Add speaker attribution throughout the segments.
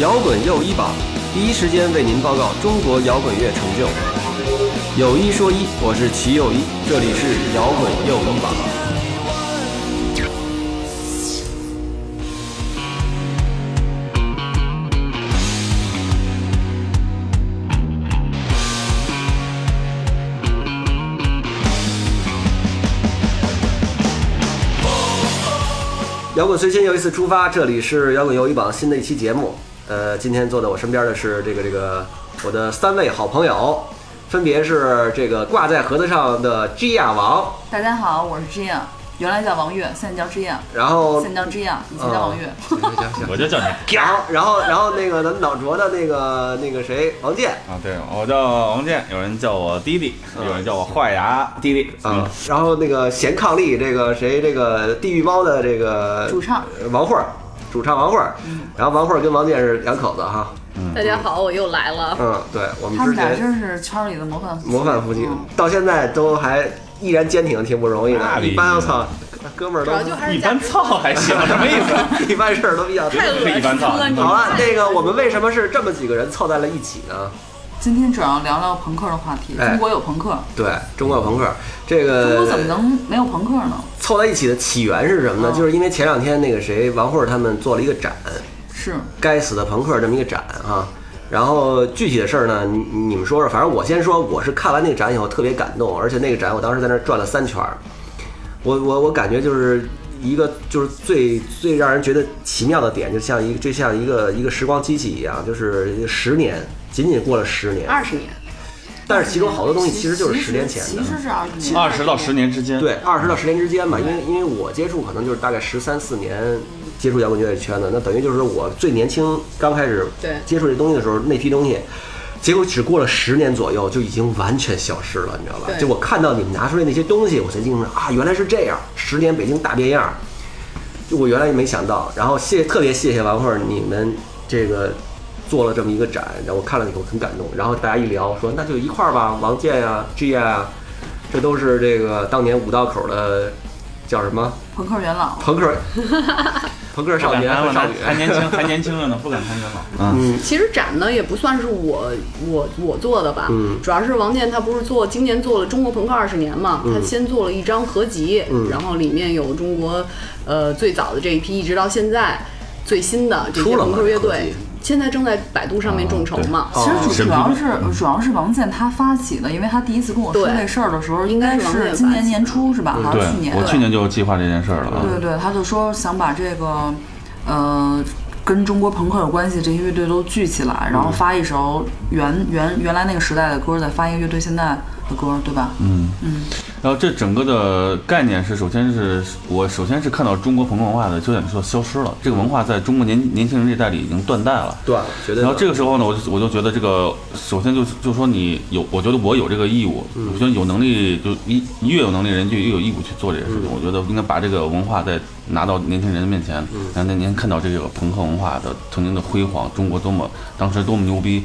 Speaker 1: 摇滚又一榜，第一时间为您报告中国摇滚乐成就。有一说一，我是齐又一，这里是摇滚又一榜。摇滚随心又一次出发，这里是摇滚又一榜新的一期节目。呃，今天坐在我身边的是这个这个我的三位好朋友，分别是这个挂在盒子上的基亚王，
Speaker 2: 大家好，我是 Gian，原来叫王悦，现在叫 Gian，
Speaker 1: 然后
Speaker 2: 现在叫 Gian，以前叫王悦。
Speaker 1: 行行行行
Speaker 3: 我就叫你
Speaker 1: 然后然后然后那个咱们脑浊的那个那个谁王健
Speaker 3: 啊，对我叫王健，有人叫我弟弟，有人叫我坏牙弟弟
Speaker 1: 啊，，然后那个贤伉俪这个谁这个地狱猫的这个
Speaker 2: 主唱
Speaker 1: 呃王慧儿，主唱王慧儿，然后王慧儿跟王健是两口子哈，
Speaker 4: 大家好，我又来了。
Speaker 1: 嗯，对我们
Speaker 2: 他
Speaker 1: 之
Speaker 2: 们俩
Speaker 1: 前
Speaker 2: 真是圈里的模范夫妻
Speaker 1: 模范夫妻
Speaker 2: 嗯，
Speaker 1: 到现在都还依然坚挺，挺不容易
Speaker 3: 那
Speaker 1: 的。
Speaker 3: 必须
Speaker 1: 一般我操，哥们儿
Speaker 4: 主要就
Speaker 1: 都
Speaker 4: 还是
Speaker 3: 嗯一
Speaker 4: 假
Speaker 3: 般操还行，什么意 思？
Speaker 1: 一般事儿都比较。
Speaker 4: 太恶心
Speaker 3: 一般操
Speaker 4: 了，你
Speaker 1: 好了，那个我们为什么是这么几个人凑在了一起呢？
Speaker 2: 今天主要聊聊朋克的话题，
Speaker 1: 哎呃
Speaker 2: 中国有朋克，
Speaker 1: 对，中国朋克这
Speaker 2: 中国怎么
Speaker 1: 个
Speaker 2: 能没有朋克呢？
Speaker 1: 凑在一起的起源是什么呢？
Speaker 2: 嗯
Speaker 1: 就是因为前两天那个谁王慧儿他们做了一个展，
Speaker 2: 是
Speaker 1: 该死的朋克这么一个展啊。然后具体的事儿呢，你你们说说，反正我先说，我是看完那个展以后特别感动，而且那个展我当时在那儿转了三圈儿，我我我感觉就是一个就是最最让人觉得奇妙的点，就像一个就像一个一个时光机器一样，就是十年，仅仅过了十年，
Speaker 4: 二十年，
Speaker 1: 但是其中好多东西其实就是十年前的，
Speaker 2: 其实是二十年，
Speaker 3: 二十到十年之间，，
Speaker 1: 对，二十到十年之间吧，因为因为我接触可能就是大概十三四年接触摇滚乐圈的，那等于就是我最年轻刚开始
Speaker 4: 对
Speaker 1: 接触这东西的时候那批东西，结果只过了十年左右就已经完全消失了，你知道吧？
Speaker 4: 对
Speaker 1: 就我看到你们拿出来那些东西，我才惊了啊，原来是这样，十年北京大变样儿，就我原来也没想到。然后谢特别谢谢王慧儿你们这个。做了这么一个展，然后我看了以后很感动，然后大家一聊说那就一块儿吧，王健呀、G 呀、啊这都是这个当年五道口的叫什么
Speaker 2: 朋克元老。
Speaker 1: 朋克， 朋克
Speaker 3: 不
Speaker 1: 少
Speaker 3: 敢
Speaker 1: 年
Speaker 3: 当
Speaker 1: 和
Speaker 3: 了，
Speaker 1: 少女。
Speaker 3: 还年轻，还年轻着呢，不敢当元老。嗯，
Speaker 1: 嗯，
Speaker 4: 其实展呢也不算是我我我做的吧，
Speaker 1: 嗯
Speaker 4: 主要是王健他不是做今年做了中国朋克二十年嘛，他先做了一张合集，
Speaker 1: 嗯
Speaker 4: 然后里面有中国呃最早的这一批，一直到现在最新的这
Speaker 1: 出
Speaker 4: 些
Speaker 1: 了
Speaker 4: 朋
Speaker 1: 吗
Speaker 4: 克乐
Speaker 1: 合
Speaker 4: 队
Speaker 1: 集，
Speaker 4: 现在正在百度上面众筹嘛，
Speaker 1: 哦
Speaker 2: 其实主
Speaker 3: 审
Speaker 2: 主
Speaker 3: 批
Speaker 2: 要是呃主要是王健他发起的，因为他第一次跟我说
Speaker 4: 对
Speaker 2: 这事儿的时候，应
Speaker 4: 应该
Speaker 2: 该
Speaker 4: 是王健
Speaker 2: 是今
Speaker 4: 发
Speaker 2: 年
Speaker 4: 起
Speaker 2: 年初是吧？还是去
Speaker 3: 对，
Speaker 2: 年？
Speaker 3: 我去年就计划这件事儿了啊。
Speaker 2: 对对，他就说想把这个，呃，跟中国朋克有关系这些乐队都聚起来，
Speaker 3: 嗯
Speaker 2: 然后发一首原原原来那个时代的歌，再发一个乐队现在的歌，对吧？
Speaker 3: 嗯
Speaker 2: 嗯，
Speaker 3: 然后这整个的概念是，首先是我首先是看到中国朋克文化的，就像你说消失了，这个文化在中国年年轻人这代里已经断代了。
Speaker 1: 对，绝对的。
Speaker 3: 然后这个时候呢，我就我就觉得这个，首先就是就说你有，我觉得我有这个义务，我觉得有能力就一你越有能力人就越有义务去做这个事情。我觉得应该把这个文化再拿到年轻人面前，让年轻人看到这个朋克文化的曾经的辉煌，中国多么当时多么牛逼。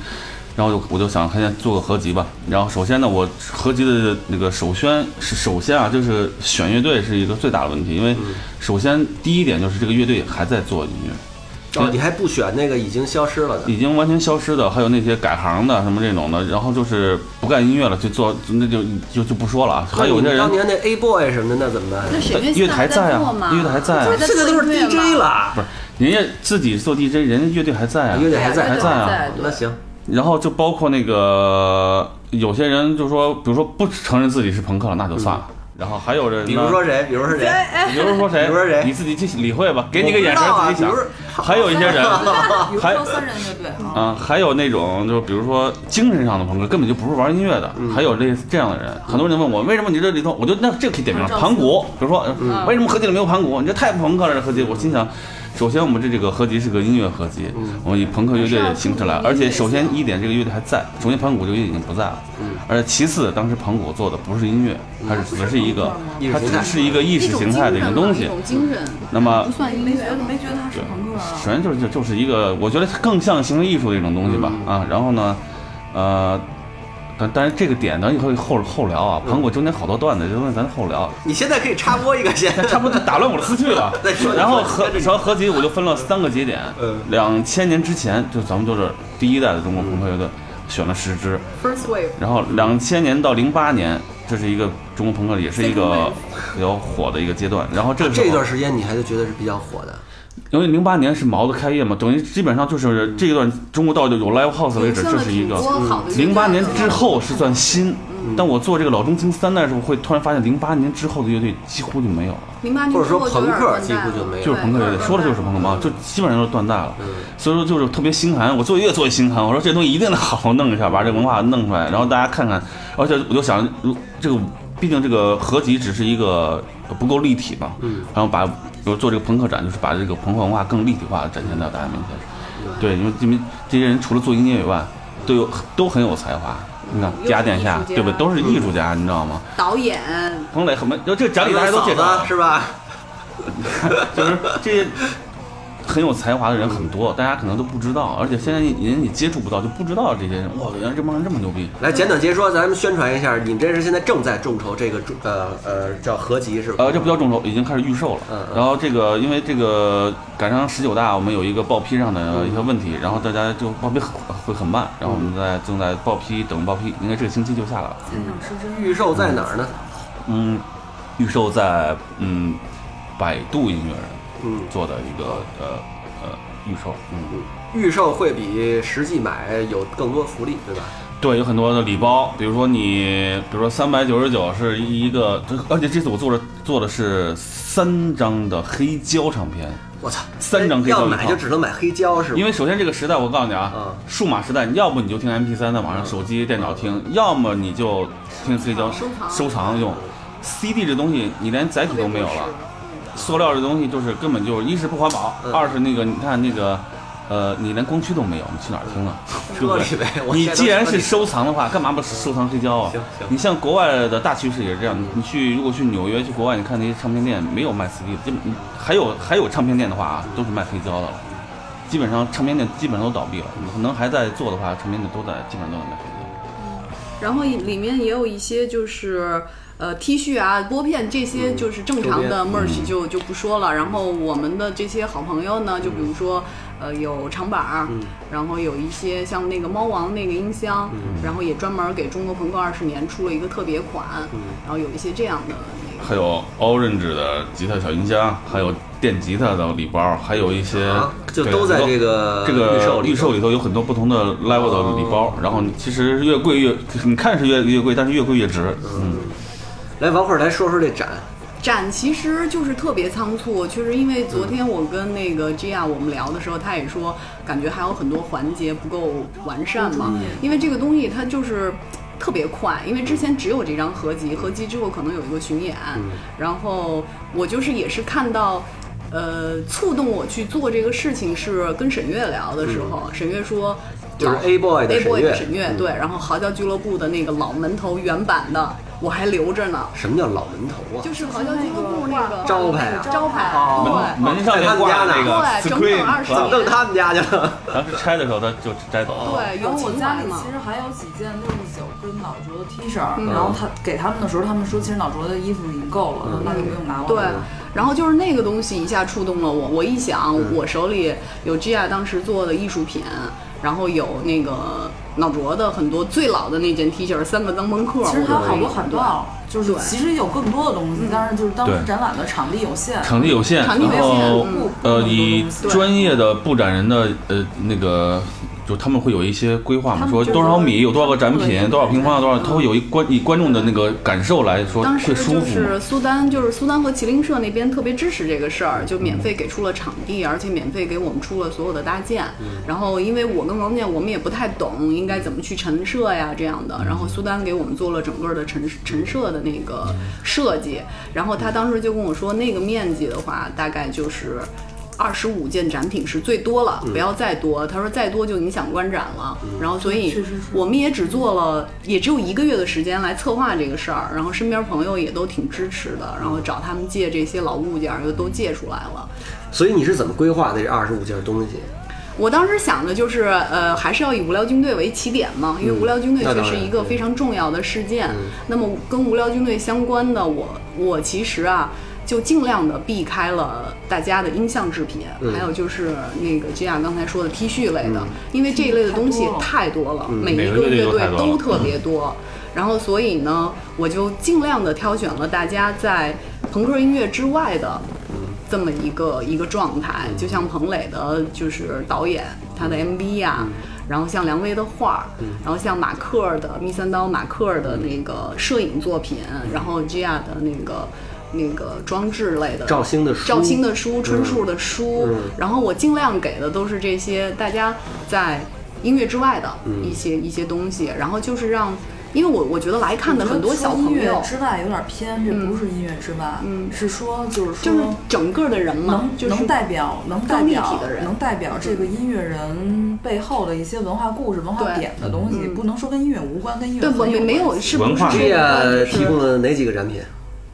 Speaker 3: 然后我就我就想看见做个合集吧。然后首先呢，我合集的那个首先是首先啊，就是选乐队是一个最大的问题，因为首先第一点就是这个乐队还在做音乐。
Speaker 1: 哦，你还不选那个已经消失了的？
Speaker 3: 已经完全消失的，还有那些改行的什么这种的，然后就是不干音乐了，就做那就就就不说了啊。还有
Speaker 1: 那
Speaker 3: 些
Speaker 1: 你当
Speaker 3: 人
Speaker 1: 年那 A boy 什么的，那怎么办？
Speaker 4: 那谁
Speaker 3: 乐队还在啊
Speaker 4: 做嘛？
Speaker 3: 乐队还在啊
Speaker 4: 就是
Speaker 1: 现在都
Speaker 4: 做
Speaker 1: 是
Speaker 4: 音乐
Speaker 1: DJ
Speaker 4: 嘛，
Speaker 1: 了，
Speaker 3: 不是人家自己做 DJ，人家乐队还在啊
Speaker 1: 乐。队
Speaker 4: 对
Speaker 1: 还
Speaker 4: 乐
Speaker 1: 在。
Speaker 4: 队
Speaker 3: 还在啊
Speaker 4: 还
Speaker 1: 那
Speaker 4: 对
Speaker 1: 行，
Speaker 3: 然后就包括那个有些人就说，比如说不承认自己是朋克了，那就算了。然后还有人呢，
Speaker 1: 嗯比如说谁？比如说谁？
Speaker 3: 比如说谁，
Speaker 1: 比如说谁
Speaker 3: 你自己去理会吧，给你个眼神
Speaker 1: 我不
Speaker 3: 自己
Speaker 1: 知道啊
Speaker 3: 想
Speaker 1: 比如。
Speaker 3: 还有一些 人，
Speaker 2: 比 如
Speaker 3: 还
Speaker 2: 说三人乐队啊，
Speaker 3: 啊，还有那种就是比如说精神上的朋克，根本就不是玩音乐的，还有类似这样的人。很多人问我为什么你这里头，我就那这个可以点名了，
Speaker 2: 嗯
Speaker 3: 盘古，比如说、哎为什么合集里没有盘古？你这太朋克了，这合集。我心想，首先我们这这个合集是个音乐合集，我们以朋克啊乐队的形式来，嗯而且首先一点，这个乐队还在，首先盘古这个乐队已经不在了，而且其次，当时盘古做的不是音乐，它只只是一个，它只是一个意识形态的一个东
Speaker 4: 一
Speaker 3: 西。嗯
Speaker 4: 种精神，
Speaker 3: 那么
Speaker 4: 不算音
Speaker 2: 没
Speaker 4: 乐
Speaker 2: 觉。得没觉得他是朋克啊？
Speaker 3: 首先就是就
Speaker 1: 嗯
Speaker 3: 就是一个，我觉得它更像行为艺术的一种东西吧，啊，然后呢，呃，但但是这个点咱可以后后聊啊，
Speaker 1: 嗯
Speaker 3: 盘古中间好多段子，这东西咱后聊。
Speaker 1: 你现在可以插播一个 先，
Speaker 3: 差不多打乱我的思绪了
Speaker 1: 再说。
Speaker 3: 然后
Speaker 1: 再说
Speaker 3: 合
Speaker 1: 再说
Speaker 3: 然后合集我就分了三个节点
Speaker 1: 嗯，
Speaker 3: 两千年之前就咱们就是第一代的中国朋克乐队，选了十支，
Speaker 4: First Wave
Speaker 3: 然后两千年到零八年，这是一个中国朋克也是一个比较火的一个阶段。然后这个时
Speaker 1: 啊这
Speaker 3: 候
Speaker 1: 段时间你还是觉得是比较火的，
Speaker 3: 因为零八年是毛的开业嘛，等于基本上就是这一段中国到有 live house 为止，这是一个
Speaker 4: 嗯
Speaker 3: 嗯
Speaker 4: 挺多好的乐队嗯
Speaker 3: 零八年之后是算新。但我做这个老中青三代的时候，会突然发现零八年之后的乐队几乎就没有了。
Speaker 4: 零八年
Speaker 1: 或者说
Speaker 4: 之后
Speaker 1: 朋
Speaker 4: 有点
Speaker 1: 克
Speaker 4: 断
Speaker 1: 几
Speaker 4: 代
Speaker 1: 乎
Speaker 4: 了
Speaker 1: 就没有
Speaker 3: 就
Speaker 1: 了
Speaker 3: 是朋克乐队，说的就是朋克嘛，就基本上都是断代
Speaker 4: 嗯
Speaker 3: 了。所以说就是特别心寒，我做越做越心寒。我说这东西一定得好好弄一下，把这文化弄出来，然后大家看看。而且我就想，如这个毕竟这个合集只是一个不够立体嘛，
Speaker 4: 嗯
Speaker 3: 然后把比如做这个朋克展，就是把这个朋克文化更立体化地展现到大家面
Speaker 4: 嗯
Speaker 3: 前。对，因为因为这些人除了做音乐以外，都有都很有才华。你看
Speaker 4: 嗯，
Speaker 3: 雅典夏
Speaker 4: 又是艺术家
Speaker 3: 对不对？都是艺术家，你知道吗？
Speaker 4: 导演
Speaker 3: 彭磊很没，就这个展里大家都啊介绍
Speaker 1: 嫂
Speaker 3: 了
Speaker 1: 子是吧？
Speaker 3: 就是这些很有才华的人很多，大家可能都不知道，而且现在人也接触不到，就不知道这些人。哇，原来这帮人这么牛逼！
Speaker 1: 来简短截说，咱们宣传一下，你们这是现在正在众筹这个众呃呃叫合集是吧？
Speaker 3: 呃，这不叫众筹，已经开始预售了。
Speaker 1: 嗯嗯
Speaker 3: 然后这个因为这个赶上十九大，我们有一个报批上的
Speaker 1: 嗯
Speaker 3: 一些问题，然后大家就报批很会很慢，然后我们在正在报批，等报批，应该这个星期就下来了。
Speaker 1: 嗯预售在哪儿呢？
Speaker 3: 嗯，预售在嗯百度音乐人
Speaker 1: 嗯，
Speaker 3: 做的一个呃呃预售，嗯。
Speaker 1: 预售会比实际买有更多福利，对吧？
Speaker 3: 对，有很多的礼包，比如说你，比如说三百九十九是一个，这而且这次我做的做的是三张的黑胶唱片，
Speaker 1: 我操，
Speaker 3: 三张黑胶
Speaker 1: 要
Speaker 3: 一
Speaker 1: 买就
Speaker 3: 套
Speaker 1: 只能买黑胶是吗？
Speaker 3: 因为首先这个时代，我告诉你啊，
Speaker 1: 嗯
Speaker 3: 数码时代，你要不你就听 MP 3的，网上手机、电脑听，要么你就听黑胶
Speaker 4: 收藏
Speaker 3: 收藏用。CD 这东西你连载体
Speaker 4: 特别
Speaker 3: 都没有
Speaker 4: 合适
Speaker 3: 了，塑料这东西就是根本就一是不环保，
Speaker 1: 嗯
Speaker 3: 二是那个你看那个。呃，你连光驱都没有，你去哪儿听啊？对不
Speaker 1: 车
Speaker 3: 对
Speaker 1: 里呗我
Speaker 3: 你
Speaker 1: 现在
Speaker 3: 既然
Speaker 1: 车里
Speaker 3: 是收藏的话，干嘛不收藏黑胶啊？
Speaker 1: 行行
Speaker 3: 你像国外的大趋势也是这样，你去如果去纽约去国外，你看那些唱片店没有卖 CD 的，就还有还有唱片店的话啊，都是卖黑胶的了。基本上唱片店基本上都倒闭了，能还在做的话，唱片店都在基本上都在卖黑胶。
Speaker 4: 然后里面也有一些就是呃 T 恤啊、拨片这些就是正常的
Speaker 1: 周
Speaker 4: merch 就就不说了。然后我们的这些好朋友呢，就比如说呃有长板儿，然后有一些像那个猫王那个音箱，然后也专门给中国朋克二十年出了一个特别款，然后有一些这样的那个。
Speaker 3: 还有 Orange 的吉他小音箱，还有电吉他的礼包，还有一些
Speaker 1: 啊，就
Speaker 3: 对
Speaker 1: 都在
Speaker 3: 很多
Speaker 1: 这个
Speaker 3: 这个
Speaker 1: 预售里
Speaker 3: 预售里头有很多不同的 level 的礼包，然后你其实越贵越你看是越越贵，但是越贵越值。嗯，
Speaker 1: 来，王慧儿来说说这展，
Speaker 4: 展其实就是特别仓促，就是
Speaker 1: 嗯
Speaker 4: 因为昨天我跟那个 Gia 我们聊的时候，他也说感觉还有很多环节不够完善嘛，
Speaker 1: 嗯
Speaker 4: 因为这个东西它就是。特别快，因为之前只有这张合集，合集之后可能有一个巡演，
Speaker 1: 嗯
Speaker 4: 然后我就是也是看到，呃，触动我去做这个事情是跟沈月聊的时候，沈月说
Speaker 1: 嗯就是
Speaker 4: 老
Speaker 1: A boy 的
Speaker 4: A
Speaker 1: 沈
Speaker 4: boy
Speaker 1: 月嗯
Speaker 4: 的沈月，对，然后嚎叫俱乐部的那个老门头原版的我还留着呢，
Speaker 1: 什么叫老门头啊？
Speaker 4: 就是好像俱乐部那个
Speaker 1: 招牌啊
Speaker 4: 招牌
Speaker 1: 哦
Speaker 4: 对。
Speaker 3: 门门上面挂着那个啊
Speaker 4: 对整整
Speaker 3: screen，
Speaker 4: 20
Speaker 1: 怎么弄他们家去了？
Speaker 3: 当时拆的时候他就摘走了。
Speaker 4: 对，
Speaker 2: 然
Speaker 4: 有
Speaker 2: 后我
Speaker 4: 情
Speaker 2: 家
Speaker 4: 怀
Speaker 2: 里
Speaker 4: 嘛嗯
Speaker 2: 其。实还有几件六十九跟老卓的 T 恤儿，然后他给他们的时候，他们说其实老卓的衣服已经够了，那就不用拿我。
Speaker 4: 嗯对，然后就是那个东西一下触动了我。我一想，我手里有 Gia 当时做的艺术品，然后有那个脑浊的很多最老的那件 T 恤，三个灯笼克。
Speaker 2: 其实还有好多海
Speaker 4: 很多。
Speaker 2: 报，就是
Speaker 4: 对嗯
Speaker 2: 其实有更多的东西，但是就是当时
Speaker 3: 对
Speaker 2: 展览的场地有限，
Speaker 3: 场地有限，
Speaker 4: 场地有限
Speaker 3: 然后
Speaker 4: 嗯
Speaker 3: 呃，以
Speaker 2: 对
Speaker 3: 专业的布展人的呃那个，就他们会有一些规划
Speaker 2: 他
Speaker 3: 嘛，
Speaker 2: 们
Speaker 3: 说
Speaker 2: 就是
Speaker 3: 多少米
Speaker 2: 说
Speaker 3: 有多少个展
Speaker 2: 对
Speaker 3: 品，多少平方啊多少，他会有一观以观众的那个感受来说
Speaker 4: 嗯当
Speaker 3: 会
Speaker 4: 时
Speaker 3: 舒
Speaker 4: 就
Speaker 3: 服嘛
Speaker 4: 是。苏丹，就是苏丹和麒麟社那边特别支持这个事
Speaker 3: 嗯
Speaker 4: 儿，就免费给出了场地，而且免费给我们出了所有的搭建。
Speaker 3: 嗯
Speaker 4: 然后，因为我跟王建我们也不太懂应该怎么去陈设呀这样
Speaker 3: 嗯
Speaker 4: 的，然后苏丹给我们做了整个的陈陈设的那个设计。
Speaker 3: 嗯
Speaker 4: 然后他当时就跟我说，那个面积的话，大概就是。二十五件展品是最多了，
Speaker 3: 嗯
Speaker 4: 不要再多。他说再多就影响观展了。然后所以我们也只做了，也只有一个月的时间来策划这个事儿。然后身边朋友也都挺支持的，然后找他们借这些老物件儿又都借出来了。
Speaker 1: 所以你是怎么规划的这二十五件东西？
Speaker 4: 我当时想的就是，呃，还是要以无聊军队为起点嘛，因为
Speaker 3: 嗯
Speaker 4: 无聊军队
Speaker 1: 那
Speaker 4: 确
Speaker 1: 当
Speaker 4: 实
Speaker 1: 然
Speaker 4: 一个
Speaker 1: 对
Speaker 4: 非常重要的事件。那么跟无聊军队相关的，我我其实啊。就尽量的避开了大家的音像制品，
Speaker 3: 嗯
Speaker 4: 还有就是那个吉雅刚才说的 T 恤类的，因为这一类的东西太多了，每
Speaker 3: 嗯每
Speaker 4: 一
Speaker 3: 个
Speaker 4: 个
Speaker 3: 乐队
Speaker 4: 乐
Speaker 3: 都
Speaker 4: 队
Speaker 3: 太多
Speaker 4: 都
Speaker 3: 了嗯
Speaker 4: 特别多。然后，所以呢，我就尽量的挑选了大家在朋克音乐之外的这么一个一个状态，就像彭磊的，就是导演他
Speaker 1: 嗯
Speaker 4: 的 MV 呀、然后像梁薇的画儿，然后像马克儿的密三刀马克儿的那个摄影作品，
Speaker 1: 嗯
Speaker 4: 然后 Gia 的那个那个装置类的
Speaker 1: 赵兴的书
Speaker 4: 赵兴的书、春树的书，
Speaker 1: 嗯
Speaker 4: 然后我尽量给的都是这些大家在音乐之外的
Speaker 1: 嗯
Speaker 4: 一些、一些东西，然后就是让，因为我我觉得来看的很多小朋
Speaker 2: 音乐
Speaker 4: 友。
Speaker 2: 之外有点偏，这不是音乐之外，
Speaker 4: 嗯
Speaker 2: 是说就是说
Speaker 4: 就是整个的人嘛
Speaker 2: 能，
Speaker 4: 就是
Speaker 2: 能代表能代
Speaker 4: 更立
Speaker 2: 表
Speaker 4: 体的人
Speaker 2: 能代表这个音乐人背后的一些文化故事、文化
Speaker 4: 对嗯
Speaker 2: 点的东西，不能说跟音乐无关，跟音乐
Speaker 4: 对，
Speaker 2: 很
Speaker 4: 我没没有
Speaker 2: 关系
Speaker 4: 是
Speaker 3: 文
Speaker 4: 不是
Speaker 3: 化
Speaker 4: 这
Speaker 1: 这
Speaker 3: 类
Speaker 4: 样
Speaker 1: 呀
Speaker 4: 的
Speaker 1: 提供了哪几个展品？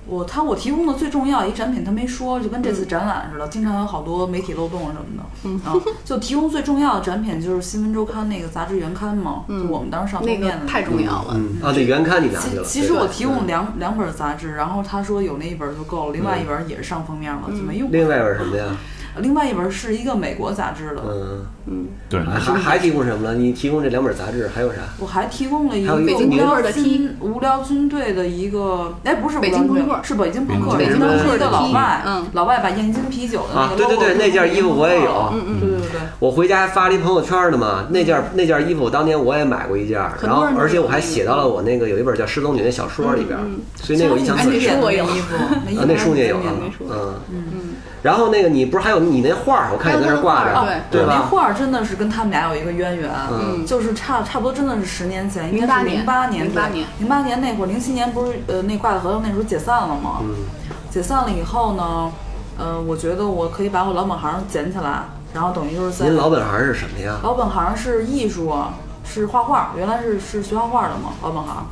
Speaker 2: 我他我提供的最重要一展品，他没说，就跟这
Speaker 4: 嗯
Speaker 2: 次展览似的，经常有好多媒体漏洞什么的。嗯啊，就提供最重要的展品就是《新闻周刊》那个杂志原刊嘛，就我们当时上
Speaker 4: 嗯那
Speaker 2: 封
Speaker 4: 个
Speaker 2: 面的
Speaker 4: 太重要了。
Speaker 3: 嗯
Speaker 1: 啊，对，原刊你拿去
Speaker 2: 其
Speaker 1: 了。
Speaker 2: 其实
Speaker 1: 对嗯
Speaker 2: 我提供两、两本杂志，然后他说有那一本就够了，另外一本也是上封面了，
Speaker 4: 嗯
Speaker 2: 就没用。
Speaker 1: 另外一本是什么呀？
Speaker 2: 另外一本是一个美国杂志的，
Speaker 1: 嗯，
Speaker 3: 对，
Speaker 1: 还 还还提供什么了？你提供这两本杂志还有啥？
Speaker 2: 我还提供了一
Speaker 1: 还
Speaker 2: 个
Speaker 1: 有一个
Speaker 2: 无
Speaker 4: 北京
Speaker 2: 聊
Speaker 4: 朋克的 T
Speaker 2: 军无聊军队的一个，哎，不是无
Speaker 4: 北
Speaker 2: 聊
Speaker 4: 京
Speaker 2: 军队
Speaker 4: 朋克
Speaker 2: 是北京朋克，
Speaker 1: 北京
Speaker 2: 是
Speaker 1: 朋
Speaker 2: 一
Speaker 1: 克
Speaker 2: 个
Speaker 1: 的
Speaker 2: 老
Speaker 1: T，
Speaker 2: 外，
Speaker 4: 嗯
Speaker 2: 老外把燕京啤酒的那
Speaker 1: 啊
Speaker 2: 个，嗯
Speaker 1: 对对
Speaker 2: logo
Speaker 1: 对，那件衣服我也有。啊
Speaker 4: 嗯
Speaker 2: 对对对，
Speaker 1: 我回家还发了一朋友圈呢嘛，那件那件衣服我当年我也买过一件，
Speaker 4: 很
Speaker 1: 然
Speaker 4: 多
Speaker 1: 后
Speaker 4: 人都
Speaker 1: 而且我还
Speaker 4: 有那个
Speaker 1: 写到了我那个有一本叫《失踪女》的小说里边，所以那个我印象
Speaker 4: 哎
Speaker 1: 特
Speaker 4: 那
Speaker 1: 深。
Speaker 4: 书我有
Speaker 2: 衣 服，那衣服
Speaker 1: 啊，那书你也有啊
Speaker 2: 啊？
Speaker 4: 那书
Speaker 1: 嗯嗯。然后那个你不是还有你那画儿？我看你在那儿挂
Speaker 2: 哦
Speaker 4: 还有他的画
Speaker 1: 着
Speaker 4: 儿，
Speaker 1: 对
Speaker 2: 那
Speaker 1: 吧？嗯
Speaker 2: 画儿真的是跟他们俩有一个渊源，就是差差不多真的是十年前，应该是嗯零八
Speaker 4: 08
Speaker 2: 年，
Speaker 4: 年08年
Speaker 2: 零八年那会儿，零七年不是呃那挂的合同那时候解散了吗？
Speaker 1: 嗯
Speaker 2: 解散了以后呢，呃，我觉得我可以把我老本行捡起来，然后等于就是在
Speaker 1: 您老本行是什么呀？
Speaker 2: 老本行是艺术，啊是画画，原来是是学画画的嘛，老本行，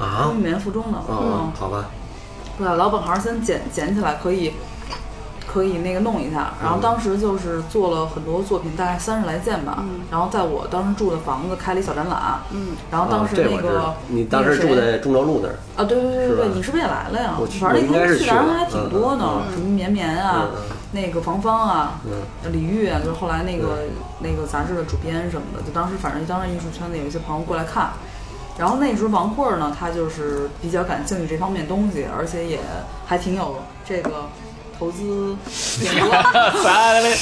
Speaker 1: 啊
Speaker 2: 中一年附中的，嗯
Speaker 1: 哦，好吧，
Speaker 2: 对，啊老本行先捡捡起来，可以可以那个弄一下。然后当时就是做了很多作品，大概三十来件吧。然后在我当时住的房子开了一小展览。嗯。然后当
Speaker 1: 啊
Speaker 2: 时
Speaker 1: 这我
Speaker 2: 那
Speaker 1: 知
Speaker 2: 个、
Speaker 1: 道。你当时
Speaker 2: 那
Speaker 1: 住
Speaker 2: 个谁
Speaker 1: 在中州路那儿，
Speaker 2: 啊？对对对对
Speaker 1: 是吧
Speaker 2: 对，你是不是也来了呀？
Speaker 1: 我去
Speaker 2: 反正那
Speaker 1: 我应该
Speaker 2: 天
Speaker 1: 是
Speaker 2: 去
Speaker 1: 去
Speaker 2: 的人
Speaker 1: 了
Speaker 2: 还挺多呢，什么绵绵啊
Speaker 1: 嗯，嗯
Speaker 2: 那个房芳啊，
Speaker 1: 嗯
Speaker 2: 李玉啊，就是后来那个、那个杂志的主编什么的，就当时反正当时艺术圈子有一些朋友过来看。然后那时候王慧儿呢，她就是比较感兴趣这方面东西，而且也还挺有这个投 资眼光。
Speaker 3: 啥嘞？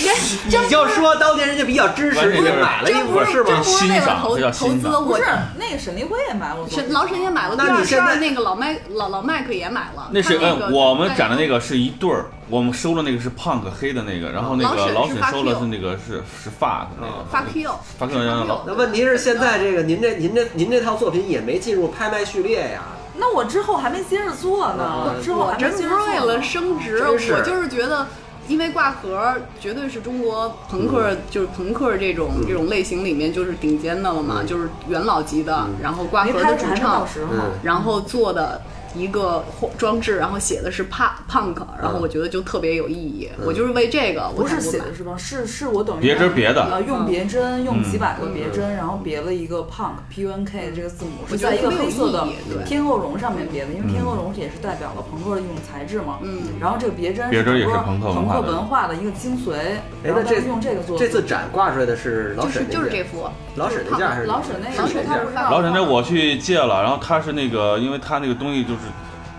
Speaker 1: 你就说当年人家比较支持，
Speaker 3: 完
Speaker 1: 人
Speaker 3: 全就
Speaker 1: 家
Speaker 3: 是
Speaker 1: 买了一
Speaker 4: 这不
Speaker 1: 我
Speaker 4: 是
Speaker 1: 是
Speaker 4: 这
Speaker 1: 吗
Speaker 4: 不？是那
Speaker 3: 欣
Speaker 4: 个
Speaker 3: 赏
Speaker 4: 投
Speaker 3: 这叫
Speaker 4: 投
Speaker 3: 欣
Speaker 4: 资，
Speaker 3: 赏
Speaker 4: 我
Speaker 2: 不是，那个沈立辉也买过，
Speaker 4: 沈老沈也买了，
Speaker 1: 那你
Speaker 4: 二十
Speaker 1: 现
Speaker 4: 二
Speaker 1: 在
Speaker 4: 那个老麦老老麦克也买了，
Speaker 3: 那是
Speaker 4: 他个
Speaker 3: 嗯，我们展的那
Speaker 4: 个
Speaker 3: 个是一对儿，我们收了那个是 punk 黑的那个，然后那个
Speaker 4: 老
Speaker 3: 老
Speaker 4: 沈
Speaker 3: 沈
Speaker 4: 是
Speaker 3: 收了是那个是是 fuck 那个
Speaker 4: Fuck You，
Speaker 3: fuck 然后老
Speaker 1: 那问题是现在这个您这您这您这套作品也没进入拍卖序列呀，
Speaker 2: 那我之后还没接着做呢，
Speaker 1: 嗯
Speaker 2: 之后
Speaker 4: 我
Speaker 2: 还没
Speaker 4: 真
Speaker 2: 接
Speaker 4: 不
Speaker 2: 着
Speaker 4: 是
Speaker 2: 做呢
Speaker 4: 为了升值，
Speaker 1: 真是
Speaker 4: 我就是觉得。因为挂盒绝对是中国朋克，就是朋克这种、这种类型里面就是顶尖的了嘛，就是元老级的。然后挂
Speaker 2: 没
Speaker 4: 盒
Speaker 2: 拍
Speaker 4: 的
Speaker 2: 出
Speaker 4: 主
Speaker 2: 来，还没
Speaker 4: 唱
Speaker 2: 到，时候。
Speaker 1: 嗯
Speaker 4: 然后做的一个装置，然后写的是 punk punk，然后我觉得就特别有意义。
Speaker 1: 嗯
Speaker 4: 我就是为这个，我
Speaker 2: 不是
Speaker 4: 才
Speaker 2: 写
Speaker 4: 买
Speaker 2: 的是吧？是是我等于
Speaker 3: 别针别的
Speaker 2: 呃，用别针，用几百个别针，然后别了一个 punk p u n k 这个字母，是在一个黑色的
Speaker 4: 我觉得特别有意义对
Speaker 2: 天鹅绒上面别的，因为天
Speaker 3: 嗯
Speaker 2: 鹅绒也是代表了朋克的一种材质嘛。嗯。然后这个别针
Speaker 3: 别针也是
Speaker 2: 朋
Speaker 3: 朋克文
Speaker 2: 克
Speaker 3: 化的
Speaker 2: 文化的一个精髓，
Speaker 1: 哎
Speaker 2: 然，后
Speaker 1: 那
Speaker 2: 当
Speaker 1: 这
Speaker 2: 时用这个做。
Speaker 1: 这次展挂出来的是老
Speaker 4: 就是
Speaker 1: 沈那
Speaker 4: 就是这
Speaker 1: 件
Speaker 4: 幅，
Speaker 1: 老沈那件还是
Speaker 2: 老沈那
Speaker 1: 是
Speaker 2: 个
Speaker 1: 哪
Speaker 2: 他
Speaker 1: 件
Speaker 2: 不知道
Speaker 3: 老沈这我去借了，然后他是那个，因为他那个东西就是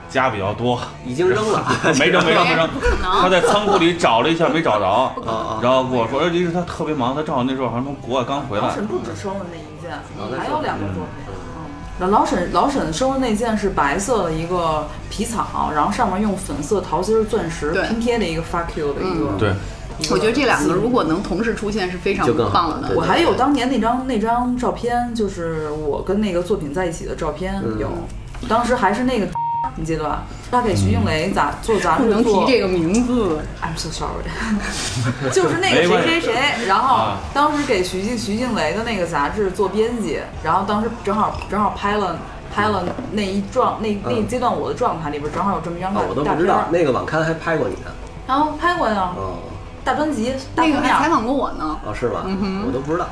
Speaker 3: 加比较多，
Speaker 1: 已经扔了，
Speaker 3: 没 扔没扔没 扔
Speaker 4: 不可能，
Speaker 3: 他在仓库里找了一下没找着，
Speaker 1: 能
Speaker 3: 然后跟我说，而且是他特别忙，他正好那时候好像从国外刚回
Speaker 2: 老
Speaker 3: 来，
Speaker 2: 沈不只收了那一件，
Speaker 1: 那
Speaker 2: 还
Speaker 1: 是
Speaker 2: 有两个作品。嗯那老沈老沈收的那件是白色的一个皮草，然后上面用粉色桃心儿钻石
Speaker 4: 对嗯
Speaker 2: 拼贴的一个 fuck you 的一个。
Speaker 3: 对，
Speaker 2: 一
Speaker 4: 我觉得这两个如果能同时出现是非常
Speaker 1: 就更好
Speaker 4: 棒了的。
Speaker 1: 对
Speaker 2: 我还有当年那张那张照片，就是我跟那个作品在一起的照片有，当时还是那个。 你记得吧？他给徐静蕾杂做杂
Speaker 4: 不
Speaker 2: 志
Speaker 4: 能提
Speaker 2: 做
Speaker 4: 这个名字，
Speaker 2: ，I'm so sorry，就是那个
Speaker 3: 没关系
Speaker 2: 谁谁谁，然后
Speaker 3: 啊
Speaker 2: 当时给徐静徐静蕾的那个杂志做编辑，然后当时正好正好拍了拍了那一状那那一阶段
Speaker 3: 嗯
Speaker 2: 我的状态里边正好有这么一张
Speaker 1: 啊
Speaker 2: 大
Speaker 1: 我都
Speaker 2: 大
Speaker 1: 不知
Speaker 2: 片儿
Speaker 1: 道，那个网刊还拍过你呢。
Speaker 2: 然后拍过呀，
Speaker 1: 啊哦，
Speaker 2: 大专辑，大
Speaker 4: 那个
Speaker 2: 封
Speaker 4: 还
Speaker 2: 面
Speaker 4: 采访过我 呢。
Speaker 1: 哦，是吗？我都不知道。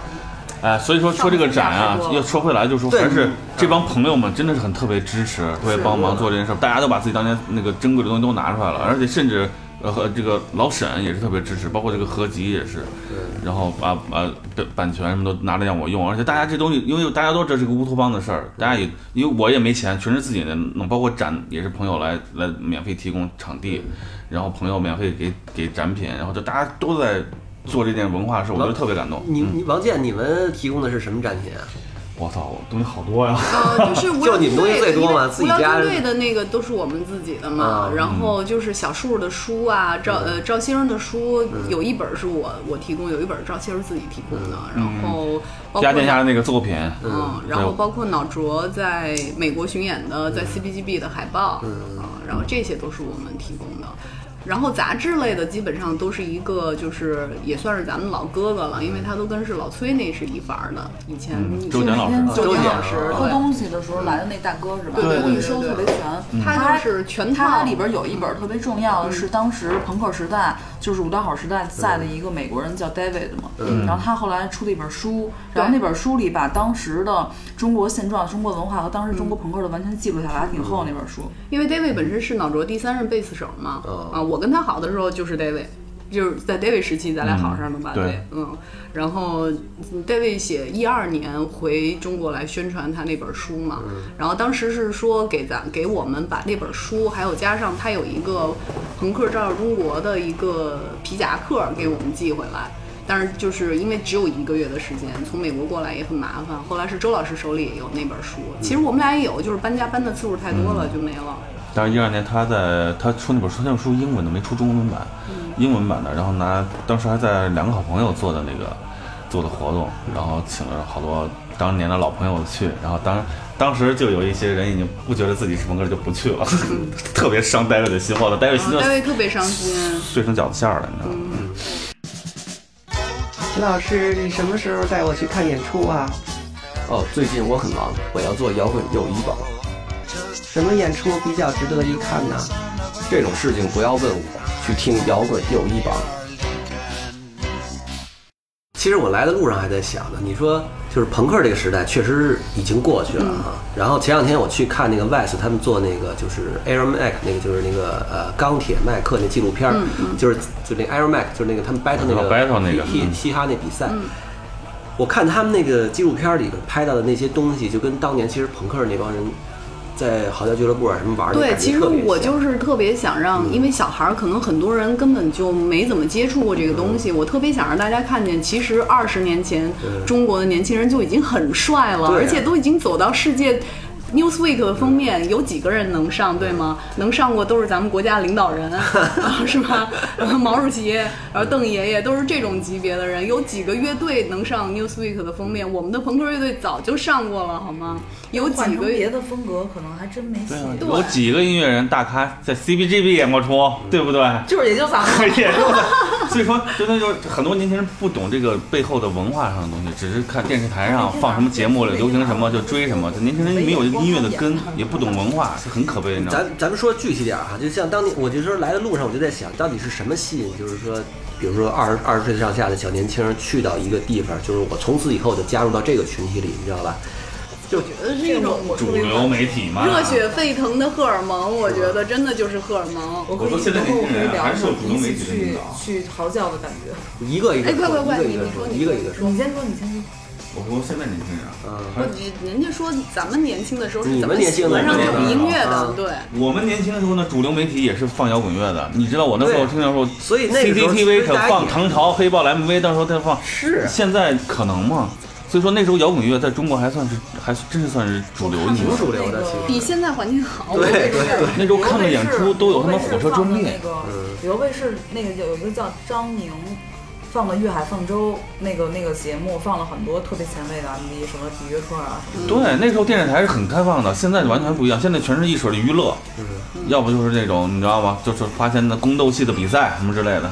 Speaker 3: 哎，所以说说这个展
Speaker 2: 上
Speaker 3: 啊
Speaker 2: 次说，过
Speaker 3: 要说回来，就是说
Speaker 1: 对
Speaker 3: 还是这帮朋友们真的是很特别支持，特别帮忙做这件事儿，大家都把自己当年那个珍贵的东西都拿出来了，而且甚至呃和这个老沈也是特别支持，包括这个合集也是，然后把把版版权什么都拿来让我用，而且大家这东西，因为大家都知道这是个乌托邦的事儿，大家也因为我也没钱，全是自己的弄，包括展也是朋友来来免费提供场地，然后朋友免费给给展品，然后就大家都在做这件文化事，我觉得特别感动。
Speaker 1: 你你王健，你们提供的是什么展品啊？
Speaker 3: 我操，我东西好多呀、
Speaker 4: 呃，就是无
Speaker 1: 就
Speaker 4: 聊
Speaker 1: 你们
Speaker 4: 军
Speaker 1: 东西最
Speaker 4: 队的
Speaker 1: 多
Speaker 4: 因为
Speaker 1: 嘛自己
Speaker 4: 无聊
Speaker 1: 家
Speaker 4: 军队的那个都是我们自己的
Speaker 1: 啊嗯
Speaker 4: 嘛，然后就是小树的书啊，赵呃赵先生的书有一本是我我提供，有一本赵先生自己提供的，
Speaker 1: 嗯
Speaker 4: 然后包括
Speaker 3: 嗯家殿下的那个作品，
Speaker 4: 嗯，然后包括脑浊在美国巡演的，在 CBGB 的海报，嗯，然后这些都是我们提供的。然后杂志类的基本上都是一个，就是也算是咱们老哥哥了，因为他都跟是老崔那是一伐儿的。以前
Speaker 3: 嗯周杰老师
Speaker 4: 周杰
Speaker 1: 周杰
Speaker 4: 老师
Speaker 1: 啊
Speaker 2: 偷
Speaker 4: 对
Speaker 2: 东西的时候来的那大哥是吧？
Speaker 4: 对对对嗯
Speaker 2: 我一收特别全，
Speaker 4: 他就是全套
Speaker 2: 它里边有一本特别重要的是当时朋克时代，就是五道口时代在的一个美国人叫 David 嘛，然后他后来出了一本书，然后那本书里把当时的中国现状、中国文化和当时中国朋克的完全记录下来，还挺厚那本书。
Speaker 4: 因为 David 本身是脑浊第三任贝斯手嘛，
Speaker 1: 哦
Speaker 4: 啊，我跟他好的时候就是 David，就是在 David 时期咱俩好上的吧，
Speaker 3: 嗯对
Speaker 4: 对，嗯，然后嗯 David 写一二年回中国来宣传他那本书嘛，
Speaker 3: 嗯
Speaker 4: 然后当时是说给咱给我们把那本书，还有加上他有一个朋克照耀中国的一个皮夹克给我们寄回来。但是就是因为只有一个月的时间，从美国过来也很麻烦。后来是周老师手里有那本书，
Speaker 3: 嗯
Speaker 4: 其实我们俩也有，就是搬家搬的次数太多了，就没了。
Speaker 3: 但是一二年他在他出那本书，他那本书英文的没出中文版，
Speaker 4: 嗯
Speaker 3: 英文版的，然后拿当时还在两个好朋友做的那个做的活动，然后请了好多当年的老朋友去，然后当当时就有一些人已经不觉得自己是朋克了就不去了，
Speaker 4: 嗯
Speaker 3: 特别伤戴维的心，后来戴维
Speaker 4: 然
Speaker 3: 心
Speaker 4: 后
Speaker 3: 就
Speaker 4: 大卫特别伤心。
Speaker 3: 碎成饺子馅儿了，你知道吗？
Speaker 4: 嗯
Speaker 5: 徐老师，你什么时候带我去看演出啊？
Speaker 1: 哦，最近我很忙，我要做摇滚又医保，
Speaker 5: 什么演出比较值得一看呢？
Speaker 1: 这种事情不要问我，去听摇滚又医保。其实我来的路上还在想呢，你说就是朋克这个时代确实已经过去了啊。然后前两天我去看那个 West 他们做那个就是 Iron Mac 那个就是那个呃钢铁麦克那纪录片儿，就是就那个 Iron Mac 就是那个他们 battle 那个
Speaker 3: battle 那个
Speaker 1: 嘻嘻
Speaker 3: 嗯
Speaker 1: 嘻哈那比赛。我看他们那个纪录片儿里边拍到的那些东西，就跟当年其实朋克那帮人在嚎叫俱乐部啊什么玩儿的
Speaker 4: 对，
Speaker 1: 感觉
Speaker 4: 其实
Speaker 1: 特别
Speaker 4: 我
Speaker 1: 像嗯
Speaker 4: 就是特别想让，因为小孩儿可能很多人根本就没怎么接触过这个东西，我特别想让大家看见，其实二十年前
Speaker 1: 嗯对
Speaker 4: 中国的年轻人就已经很帅了，
Speaker 1: 对啊
Speaker 4: 而且都已经走到世界。Newsweek 的封面有几个人能上，对吗？能上过都是咱们国家领导 人，啊是吧？然后毛主席，然后邓爷爷都是这种级别的人。有几个乐队能上 Newsweek 的封面？我们的朋克乐队早就上过了，好吗？有
Speaker 2: 换
Speaker 4: 几
Speaker 2: 成
Speaker 4: 个
Speaker 2: 别的风格可能还真没戏，
Speaker 3: 有几个音乐人大咖在 CBGB 演过出，对不对？
Speaker 2: 就是也就咱们。
Speaker 3: 也就在，所以说，真的就是很多年轻人不懂这个背后的文化上的东西，只是看电视台上放什么节目了，流行什么就追什么。年轻人没有音乐的根，也不懂文化，是很可悲，你知道吗
Speaker 1: 咱？咱们说具体点儿哈，就像当年我就说来的路上，我就在想到底是什么吸引，就是说，比如说二十二十岁上下的小年轻人去到一个地方，就是我从此以后就加入到这个群体里，你知道吧？就
Speaker 4: 呃是一种
Speaker 3: 主流媒体嘛，
Speaker 4: 热血沸腾的荷尔蒙，我觉得真的就是荷尔蒙。
Speaker 2: 我
Speaker 3: 我说现在
Speaker 2: 以后我
Speaker 3: 年
Speaker 2: 可
Speaker 3: 轻
Speaker 2: 以
Speaker 3: 人
Speaker 2: 聊
Speaker 3: 还
Speaker 2: 一
Speaker 3: 是
Speaker 2: 下
Speaker 3: 有主动
Speaker 2: 一
Speaker 3: 媒
Speaker 2: 起
Speaker 3: 体的啊领
Speaker 2: 去
Speaker 3: 导
Speaker 2: 去嚎叫的感觉。
Speaker 1: 一个一个
Speaker 4: 哎快快
Speaker 1: 说，
Speaker 4: 快
Speaker 1: 一个
Speaker 4: 你
Speaker 1: 一个说，一
Speaker 4: 你说你
Speaker 1: 个一个说。
Speaker 2: 你先说，你先说。
Speaker 3: 我说现在年轻人啊，
Speaker 1: 嗯，
Speaker 4: 不，人家说咱们年轻的时候是
Speaker 1: 你
Speaker 4: 怎么
Speaker 1: 们年
Speaker 4: 喜
Speaker 1: 轻的
Speaker 4: 欢上这种音乐
Speaker 1: 啊
Speaker 4: 的？对，
Speaker 3: 我们年轻的时候呢，主流媒体也是放摇滚乐的。你知道我那时候
Speaker 1: 对
Speaker 3: 听的时候，
Speaker 1: 所以那个时候
Speaker 3: CCTV
Speaker 1: 其实大家
Speaker 3: 肯
Speaker 1: 也
Speaker 3: 放唐朝、黑豹、MV，到时候再放
Speaker 1: 是
Speaker 3: 现在可能吗？所以说那时候摇滚乐在中国还算是还真是算是主流，你知
Speaker 1: 挺
Speaker 3: 道吗
Speaker 1: 主流的，其
Speaker 4: 比
Speaker 1: 实。
Speaker 4: 现在环境好。
Speaker 1: 对
Speaker 2: 对对，
Speaker 3: 那时候看的演出都有他妈火车专列
Speaker 2: 那个旅游卫视那个有一个叫张宁，放了《粤海放舟》那个那个节目，放了很多特别前卫的 MV，什么《比约克》啊什么的。
Speaker 3: 对，那时候电视台是很开放的，现在完全不一样，现在全是一水的娱乐，要不就是那种你知道吗？就是花钱的宫斗戏的比赛什么之类的，哎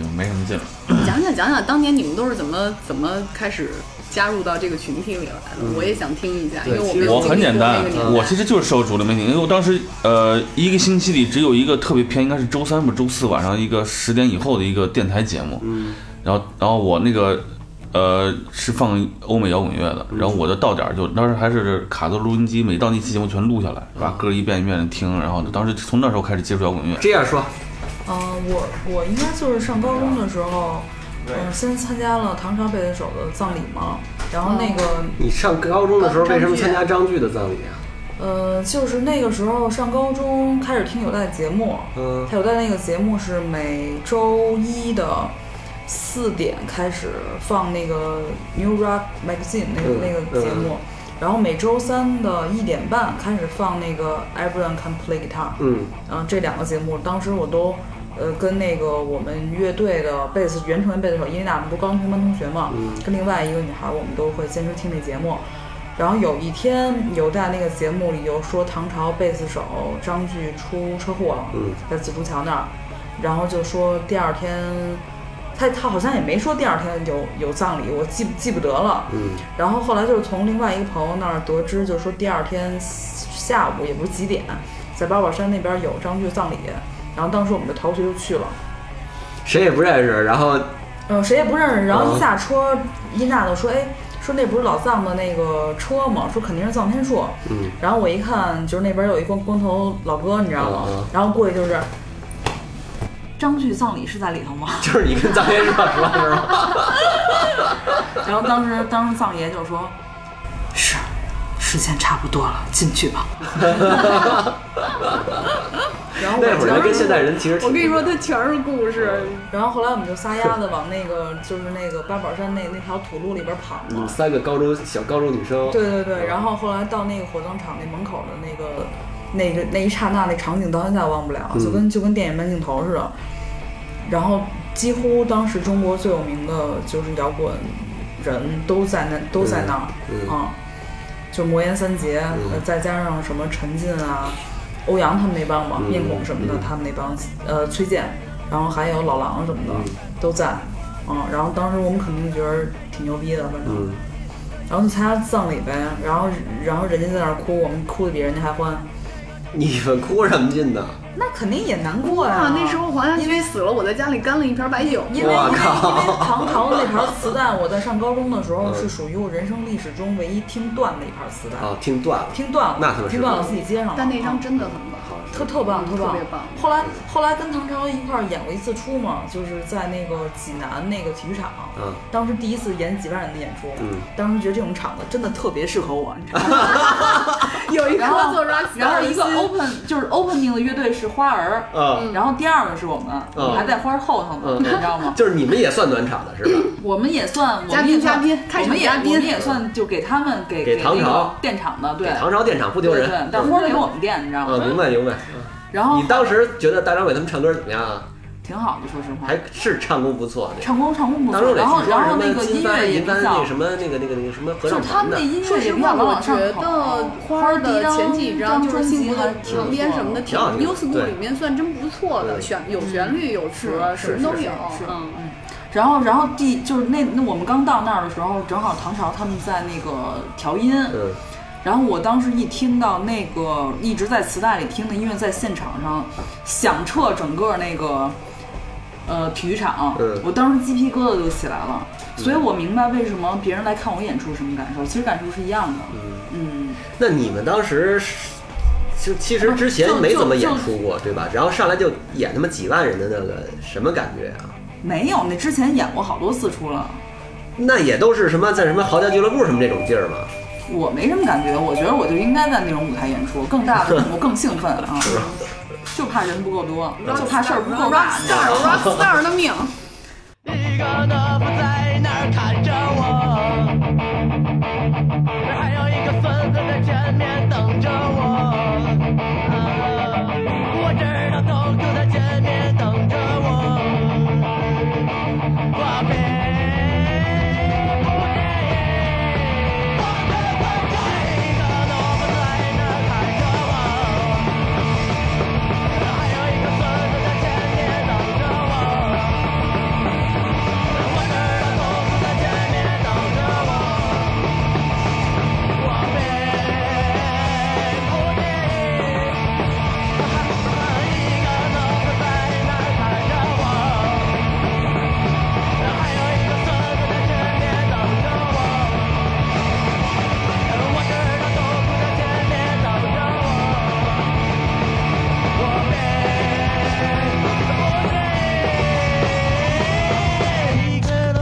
Speaker 3: 也没什么劲。
Speaker 4: 讲讲讲讲，当年你们都是怎么怎么开始加入到这个群体里来的，我也想听一下，因
Speaker 1: 嗯对
Speaker 4: 为我
Speaker 1: 其
Speaker 4: 没
Speaker 1: 实
Speaker 4: 有
Speaker 3: 我
Speaker 4: 经
Speaker 3: 很
Speaker 4: 历
Speaker 3: 简
Speaker 4: 过
Speaker 3: 单
Speaker 4: 那个年代，
Speaker 3: 我其实就是受主流媒体，因为我当时呃一个星期里只有一个特别偏，应该是周三不周四晚上一个十点以后的一个电台节目，
Speaker 1: 嗯
Speaker 3: 然后然后我那个呃是放欧美摇滚乐的，然后我的到点儿就当时还是卡着录音机，每到那期节目全录下来，把歌一遍一遍的听，然后当时从那时候开始接触摇滚乐，
Speaker 1: 这样说，
Speaker 2: 嗯、我我应该就是上高中的时候，嗯、先参加了唐朝贝雷手的葬礼嘛，然后那个
Speaker 1: 你上高中的时候为什么参加张炬的葬礼啊？
Speaker 2: 呃，就是那个时候上高中开始听有代节目，
Speaker 1: 嗯
Speaker 2: 他有代那个节目是每周一的四点开始放那个 New Rock Magazine 那个、
Speaker 1: 嗯
Speaker 2: 那个节目，然后每周三的一点半开始放那个 Everyone Can Play Guitar，
Speaker 1: 嗯，
Speaker 2: 嗯，这两个节目当时我都。呃，跟那个我们乐队的贝斯原成员贝斯手伊丽娜，我们不是高中同班同学嘛，跟另外一个女孩，我们都会坚持听这节目。然后有一天，有在那个节目里有说唐朝贝斯手张炬出车祸了，
Speaker 1: 嗯
Speaker 2: 在紫竹桥那儿，然后就说第二天，他他好像也没说第二天有有葬礼，我记不记不得了，
Speaker 1: 嗯，
Speaker 2: 然后后来就是从另外一个朋友那儿得知，就是说第二天下午也不是几点，在八宝山那边有张炬葬礼，然后当时我们的逃学就去了，
Speaker 1: 谁也不认识，然后
Speaker 2: 嗯，谁也不认识。然后
Speaker 1: 啊
Speaker 2: 一下车，伊娜就说：“哎，说那不是老藏的那个车吗？说肯定是藏天硕。”
Speaker 1: 嗯，
Speaker 2: 然后我一看，就是那边有一光光头老哥，你知道吗？
Speaker 1: 啊啊
Speaker 2: 然后过去就是。张炬葬礼是在里头吗？
Speaker 1: 就是你跟张天硕说是 吧？
Speaker 2: 然后当时当时藏爷就说：“是，时间差不多了，进去吧。” 然后我
Speaker 1: 那会儿人跟现在人其实挺
Speaker 4: 我跟你说，它全是故事，
Speaker 2: 然后后来我们就撒丫子往那个就是那个八宝山那那条土路里边跑嘛。
Speaker 1: 你们三个高中小高中女生，
Speaker 2: 对对对，然后后来到那个火葬场那门口的那个那个那一刹那那场景，到现在我忘不
Speaker 1: 嗯
Speaker 2: 了，就跟就跟电影慢镜头似的。然后几乎当时中国最有名的就是摇滚人都在那都在那儿
Speaker 1: 嗯
Speaker 2: 啊，就魔岩三杰，呃再加上什么陈进啊、欧阳他们那帮
Speaker 1: 嗯
Speaker 2: 嘛，面孔什么的，他们那帮呃崔健，然后还有老狼什么的都在。嗯，然后当时我们肯定觉得挺牛逼的，反正，
Speaker 1: 嗯
Speaker 2: 然后就参加葬礼呗，然后然后人家在那儿哭，我们哭的比人家还欢，
Speaker 1: 你们哭什么劲呢？
Speaker 2: 那肯定也难过呀、
Speaker 4: 啊，那时候黄家驹死了，我在家里干了一瓶白酒。
Speaker 2: 因为因为因
Speaker 1: 我
Speaker 2: 为
Speaker 1: 靠
Speaker 2: 唐朝的那盘磁带，我在上高中的时候是属于我人生历史中唯一听断的一盘磁带，
Speaker 1: 啊，听断了，
Speaker 2: 听断了，
Speaker 1: 那他妈是
Speaker 2: 听断了自己接上了，
Speaker 4: 但那张
Speaker 2: 啊
Speaker 4: 真的很好，
Speaker 2: 特特棒，特棒，
Speaker 4: 特别棒
Speaker 2: 后来后来跟唐朝一块儿演过一次出嘛，就是在那个济南那个体育场，
Speaker 1: 嗯
Speaker 2: 当时第一次演几万人的演出，
Speaker 1: 嗯
Speaker 2: 当时觉得这种场子真的特别适合我，你知道吗？
Speaker 4: 有一
Speaker 2: 然
Speaker 4: 颗
Speaker 2: 后
Speaker 4: 做 rockstar，
Speaker 2: 然后一个
Speaker 4: 的心
Speaker 2: open 就是 opening 的乐队是花儿，
Speaker 1: 啊，
Speaker 2: 然后第二个是我们，我们还在花儿后头呢，
Speaker 1: 嗯
Speaker 2: 你知道吗？
Speaker 1: 就是你们也算暖场的是吧？
Speaker 2: 我们也算我
Speaker 4: 嘉
Speaker 2: 们
Speaker 4: 宾
Speaker 2: 也算
Speaker 4: 嘉宾开
Speaker 2: 我
Speaker 4: 场
Speaker 2: 们也
Speaker 4: 嘉宾
Speaker 2: 我们也算就给他们给
Speaker 1: 给唐
Speaker 2: 那
Speaker 1: 朝
Speaker 2: 个垫场的，对
Speaker 1: 唐朝电厂不丢
Speaker 2: 对
Speaker 1: 人，
Speaker 2: 对，但花儿给我们垫，你知道
Speaker 1: 啊，明
Speaker 2: 吗？
Speaker 1: 白明白。
Speaker 2: 然后
Speaker 1: 你当时觉得大张伟他们唱歌怎么样啊？
Speaker 2: 挺好的，说实话
Speaker 1: 还，是唱功不错的。
Speaker 2: 唱功唱功不
Speaker 1: 当时
Speaker 2: 错，
Speaker 1: 我得
Speaker 2: 然后
Speaker 1: 去
Speaker 2: 然后
Speaker 1: 什
Speaker 2: 那
Speaker 1: 么
Speaker 2: 个音
Speaker 1: 金帆
Speaker 2: 乐也
Speaker 1: 银
Speaker 2: 比
Speaker 1: 帆
Speaker 2: 较
Speaker 1: 那。什么那个那个那个什么合
Speaker 2: 就
Speaker 1: 唱
Speaker 2: 是他
Speaker 1: 团
Speaker 2: 们
Speaker 1: 的
Speaker 2: 的，音
Speaker 4: 说
Speaker 2: 乐也
Speaker 4: 实
Speaker 2: 比
Speaker 4: 话，
Speaker 2: 较往
Speaker 4: 我
Speaker 2: 往
Speaker 4: 觉
Speaker 2: 上
Speaker 4: 得
Speaker 2: 跑。
Speaker 4: 花儿的前几张就是
Speaker 2: 专
Speaker 4: 幸
Speaker 2: 辑
Speaker 4: 福的
Speaker 2: 还挺
Speaker 4: 墙边什么的，挺
Speaker 1: 挺好听的
Speaker 4: new school 里面算真不错的，
Speaker 1: 嗯
Speaker 4: 旋有旋律有词，什么都有。嗯，
Speaker 2: 然后，然后第就是那那我们刚到那儿的时候，正好唐朝他们在那个调音，
Speaker 1: 嗯，
Speaker 2: 然后我当时一听到那个一直在磁带里听的音乐，在现场上响彻整个那个呃体育场，
Speaker 1: 嗯
Speaker 2: 我当时鸡皮疙瘩就起来了。所以我明白为什么别人来看我演出是什么感受，其实感受是一样的。嗯，
Speaker 1: 那你们当时是就其实之
Speaker 2: 哦
Speaker 1: 前没怎么演出过，对吧？然后上来就演他妈几万人的那个，什么感觉啊？
Speaker 2: 没有，那之前演过好多次出了，
Speaker 1: 那也都是什么在什么豪家俱乐部什么这种劲儿嘛，
Speaker 2: 我没什么感觉，我觉得我就应该在那种舞台演出，更大的我更兴奋啊！就怕人不够多，就怕事儿不够大。你知道吗
Speaker 4: rockstar，rockstar 的命。
Speaker 6: 一个都不在那儿看着我，那还有一个孙子在前面等着我。啊我知道痛苦在前面等着我，我别不累，我别不累，一个都不在那儿看着我，那还有一个孙子在前面等着我。我知道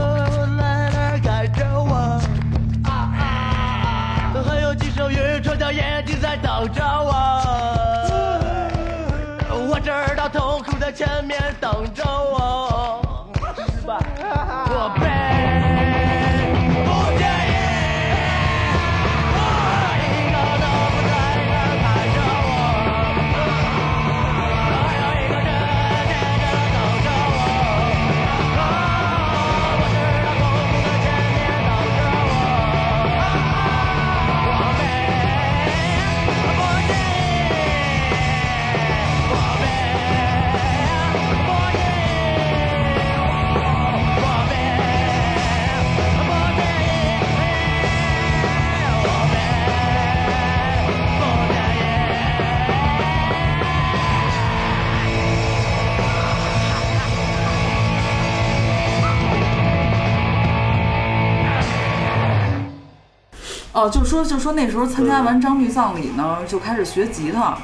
Speaker 6: 啊啊前面等着我，是吧？ 我并不介意，我一个都不在那儿看着我，还有一个人天真的等着我，啊，我知道恐怖在前面等着我，啊，我并不介意，我并不介意，我并不介意。
Speaker 2: 哦，就说就说那时候参加完张律葬礼呢，就开始学吉他，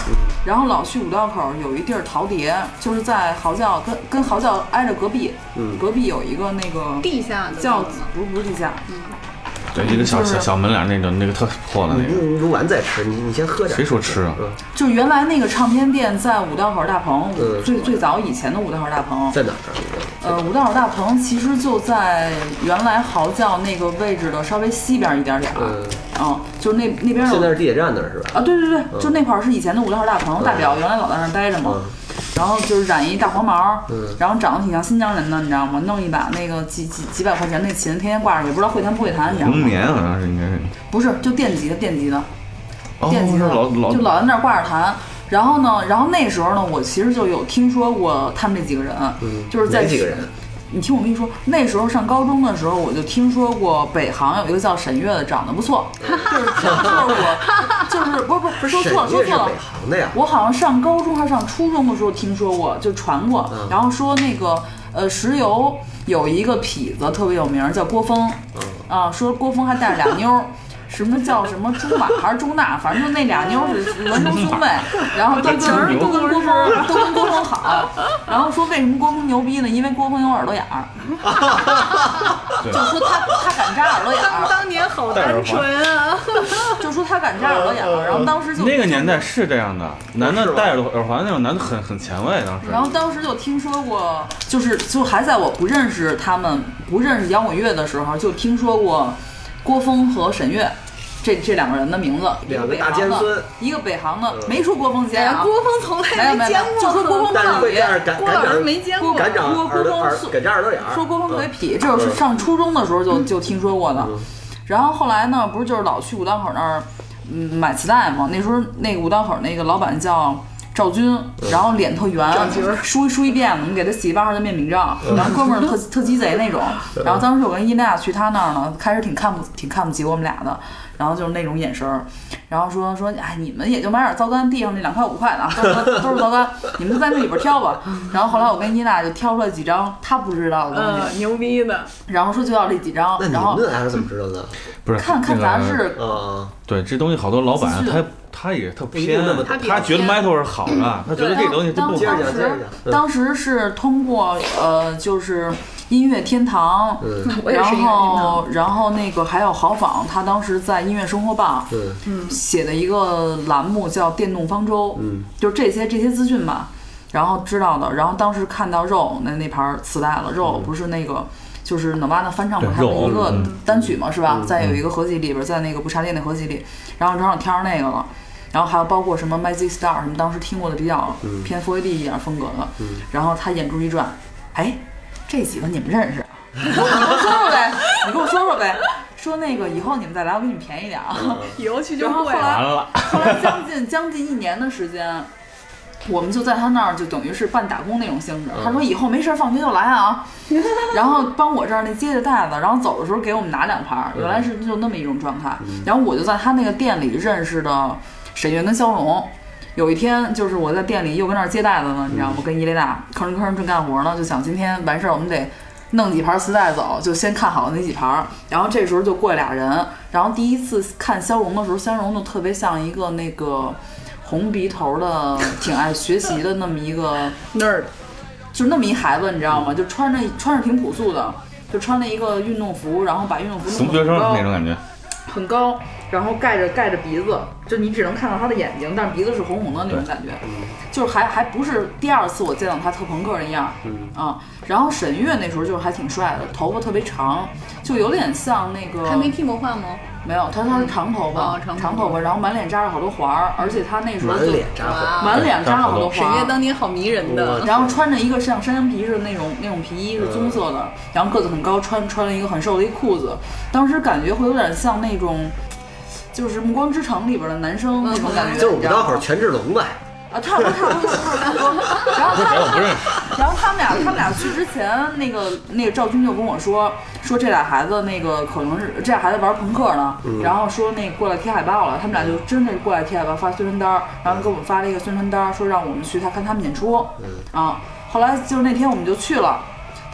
Speaker 2: 然后老去五道口有一地儿陶碟，就是在嚎叫跟跟嚎叫挨着隔壁，隔壁有一个那个
Speaker 4: 地下的
Speaker 2: 叫
Speaker 4: 那种
Speaker 2: 不是不是地下，
Speaker 3: 对，一个小
Speaker 2: 就是
Speaker 3: 小小门脸那种，那个特破的那
Speaker 1: 你
Speaker 3: 个，
Speaker 1: 你录完再吃，你你先喝点。
Speaker 3: 谁说吃啊
Speaker 1: 嗯？
Speaker 2: 就原来那个唱片店在五道口大棚，
Speaker 1: 嗯
Speaker 2: 最最早以前的五道口大棚，
Speaker 1: 在哪儿？啊
Speaker 2: 呃，五道口大棚其实就在原来嚎叫那个位置的稍微西边一点点儿，
Speaker 1: 嗯
Speaker 2: 嗯，就是那那边有
Speaker 1: 现在是地铁站那儿是吧？
Speaker 2: 啊，对对对，就那块儿是以前的五道口大棚，大表原来老在那儿待着嘛
Speaker 1: 嗯，
Speaker 2: 然后就是染一大黄毛
Speaker 1: 嗯，
Speaker 2: 然后长得挺像新疆人的，你知道吗？弄一把那个几几几百块钱那琴，天天挂着，也不知道会弹不会弹，你知道
Speaker 3: 龙
Speaker 2: 吗？
Speaker 3: 年好像是应该是，
Speaker 2: 不是，就电吉的，电吉的，
Speaker 3: 哦，
Speaker 2: 电吉
Speaker 3: 是
Speaker 2: 的，
Speaker 3: 老老
Speaker 2: 就老在那儿挂着弹。然后呢，然后那时候呢，我其实就有听说过他们这几个人，就是在
Speaker 1: 嗯哪几个人。
Speaker 2: 你听我跟你说，那时候上高中的时候，我就听说过北航有一个叫沈月的，长得不错，就是 就是我，就是不是不是说
Speaker 1: 沈
Speaker 2: 错了说
Speaker 1: 月是
Speaker 2: 错了
Speaker 1: 北，航的呀。
Speaker 2: 我好像上高中还是上初中的时候听说过，就传过，
Speaker 1: 嗯
Speaker 2: 然后说那个呃石油有一个痞子特别有名儿，叫郭峰，啊，说郭峰还带着俩妞儿。什么叫什么朱马还是朱娜，反正就那俩妞儿是孪生兄妹，然后都跟都跟郭峰都跟郭峰好，然后说为什么郭峰牛逼呢？因为郭峰有耳朵眼儿，就说他他敢扎耳朵眼
Speaker 4: 当
Speaker 2: 儿，
Speaker 4: 当年好
Speaker 3: 戴耳
Speaker 4: 单
Speaker 3: 环
Speaker 4: 纯啊！
Speaker 2: 就说他敢扎耳朵眼儿，然后当时就
Speaker 3: 那个年代是这样的，男
Speaker 1: 是
Speaker 3: 的
Speaker 1: 吧
Speaker 3: 戴着耳环那种男的很很前卫，当时。
Speaker 2: 然后当时就听说过，就是就还在我不认识他们、不认识摇滚乐的时候，就听说过郭峰和沈月这这两个人的名字，一
Speaker 1: 两个
Speaker 2: 北
Speaker 1: 大
Speaker 2: 航
Speaker 1: 尖
Speaker 2: 的
Speaker 1: 孙
Speaker 2: 一个北航的，
Speaker 1: 嗯
Speaker 2: 没说郭峰
Speaker 4: 哎
Speaker 2: 尖
Speaker 4: 呀
Speaker 2: 啊，，
Speaker 4: 郭峰从
Speaker 2: 没有
Speaker 4: 来
Speaker 2: 没有
Speaker 4: 见
Speaker 2: 没有
Speaker 4: 过，
Speaker 2: 就说郭峰
Speaker 1: 但是会这样敢
Speaker 4: 郭
Speaker 1: 敢
Speaker 4: 老师
Speaker 1: 长
Speaker 4: 没见
Speaker 2: 郭
Speaker 4: 过，
Speaker 1: 敢长
Speaker 2: 郭
Speaker 1: 耳朵
Speaker 2: 郭
Speaker 1: 耳
Speaker 2: 峰
Speaker 1: 敢长耳朵眼儿。
Speaker 2: 说郭峰特别
Speaker 1: 嗯
Speaker 2: 痞，这是上初中的时候就就听说过的。然后后来呢，不是就是老去五道口那儿，嗯，买磁带嘛。那时候那个五道口那个老板叫赵军，然后脸特圆，梳梳一辫子，我们给他洗一半号的面饼照。然后哥们儿特特鸡贼那种。然后当时我跟伊娜去他那儿呢，开始挺看不挺看不起我们俩的，然后就是那种眼神儿。然后说说，哎，你们也就买点糟干，地上那两块五块 的啊，都是都是糟干，你们就在那里边挑吧。 然后后来我跟伊娜就挑出来几张她不知道的东西，
Speaker 4: 呃，牛逼的，
Speaker 2: 然后说就要这几张
Speaker 1: 那，你
Speaker 2: 然
Speaker 1: 们
Speaker 2: 后
Speaker 1: 那还是怎么知道的？
Speaker 3: 不是
Speaker 2: 看看杂
Speaker 3: 那个
Speaker 2: 志，
Speaker 1: 啊，
Speaker 3: 对，这东西好多老板
Speaker 2: 资讯
Speaker 3: 他他也特
Speaker 1: 一定
Speaker 3: 偏
Speaker 1: 那么，
Speaker 4: 他比较
Speaker 3: 他觉得
Speaker 4: 偏
Speaker 3: metal 是好 的，他觉得这东西真不
Speaker 2: 当
Speaker 1: 接着
Speaker 3: 好
Speaker 1: 讲，。接着
Speaker 2: 时
Speaker 1: 讲。嗯
Speaker 2: 当时是通过呃，就是音乐天堂，
Speaker 1: 嗯
Speaker 4: 我也
Speaker 2: 然
Speaker 4: 是一个人呢。
Speaker 2: 后然后那个还有豪仿，他当时在音乐生活报
Speaker 1: 嗯
Speaker 2: 写的一个栏目叫《电动方舟》，
Speaker 1: 嗯，
Speaker 2: 就是这些这些资讯吧，然后知道的，然后当时看到肉那那盘磁带了，肉不是那个。就是 Nirvana 翻唱过
Speaker 3: 嗯对
Speaker 2: 他们
Speaker 3: 肉
Speaker 2: 一个
Speaker 3: 嗯
Speaker 2: 单曲嘛，是吧？在有一个合集里边，在那个不插电的合集里，然后正好挑上那个了，然后还有包括什么 Magic Star 什么，当时听过的比较
Speaker 3: 嗯
Speaker 2: 偏 4AD 一点风格的，然后他眼珠一转，哎，这几个你们认识啊？你给我说说呗，你给我说说呗，说那个以后你们再来，我给你们便宜点啊。
Speaker 4: 以后去就
Speaker 2: 然后后
Speaker 4: 会啊了。
Speaker 2: 来
Speaker 3: 完了，
Speaker 2: 后来将近将近一年的时间，我们就在他那儿就等于是半打工那种性质。他
Speaker 3: 嗯
Speaker 2: 说以后没事儿放学就来啊， 然后帮我这儿那接着袋子，然后走的时候给我们拿两盘儿，原来是就那么一种状态。然后我就在他那个店里认识的沈月跟肖荣。有一天，就是我在店里又跟那儿接待子呢，你知道吗？跟伊雷娜吭哧吭哧正干活呢，就想今天完事儿我们得弄几盘磁带走，就先看好那几盘儿。然后这时候就过来俩人，然后第一次看肖荣的时候，肖荣就特别像一个那个红鼻头的，挺爱学习的那么一个
Speaker 4: nerd，
Speaker 2: 就那么一孩子，你知道
Speaker 3: 嗯
Speaker 2: 吗？就穿着穿着挺朴素的，就穿了一个运动服，然后把运动服
Speaker 3: 怂
Speaker 2: 弄得很
Speaker 3: 学生
Speaker 2: 高
Speaker 3: 那种感觉，
Speaker 2: 很高，然后盖着盖着鼻子，就你只能看到他的眼睛，但是鼻子是红红的那种感觉，
Speaker 3: 嗯
Speaker 2: 就是还还不是第二次我见到他特朋克那样，
Speaker 3: 嗯
Speaker 2: 啊，然后沈月那时候就是还挺帅的，头发特别长，就有点像那个
Speaker 4: 还没剃魔幻吗？
Speaker 2: 没有，他他是长头发
Speaker 4: 哦，长头发
Speaker 2: 长头发，然后满脸扎着好多环儿，而且他那时候
Speaker 1: 满
Speaker 2: 就
Speaker 1: 脸扎火，
Speaker 4: 哇
Speaker 2: 满脸扎着好多
Speaker 4: 沈
Speaker 2: 环
Speaker 4: 月
Speaker 2: 儿。
Speaker 4: 当年好迷人的，
Speaker 2: 然后穿着一个像山羊皮似的那种那种皮衣，是棕色
Speaker 1: 嗯
Speaker 2: 的，然后个子很高，穿穿了一个很瘦的一裤子，当时感觉会有点像那种，就是《暮光之城》里边的男生那种感觉，
Speaker 1: 嗯就是
Speaker 2: 你
Speaker 1: 五
Speaker 2: 知道
Speaker 1: 道
Speaker 2: 吗
Speaker 1: 口权志龙呗，
Speaker 2: 啊，差不多差不多差不多。然后他
Speaker 3: 谁我不认识。
Speaker 2: 然后他们俩，他们俩去之前，那个那个赵军就跟我说，说这俩孩子那个可能是这俩孩子玩朋克呢，
Speaker 1: 嗯
Speaker 2: 然后说那过来贴海报了，他们俩就真的是过来贴海报发宣传单儿，然后给我们发了一个宣传单儿，说让我们去他看他们演出，
Speaker 1: 嗯
Speaker 2: 啊，后来就是那天我们就去了，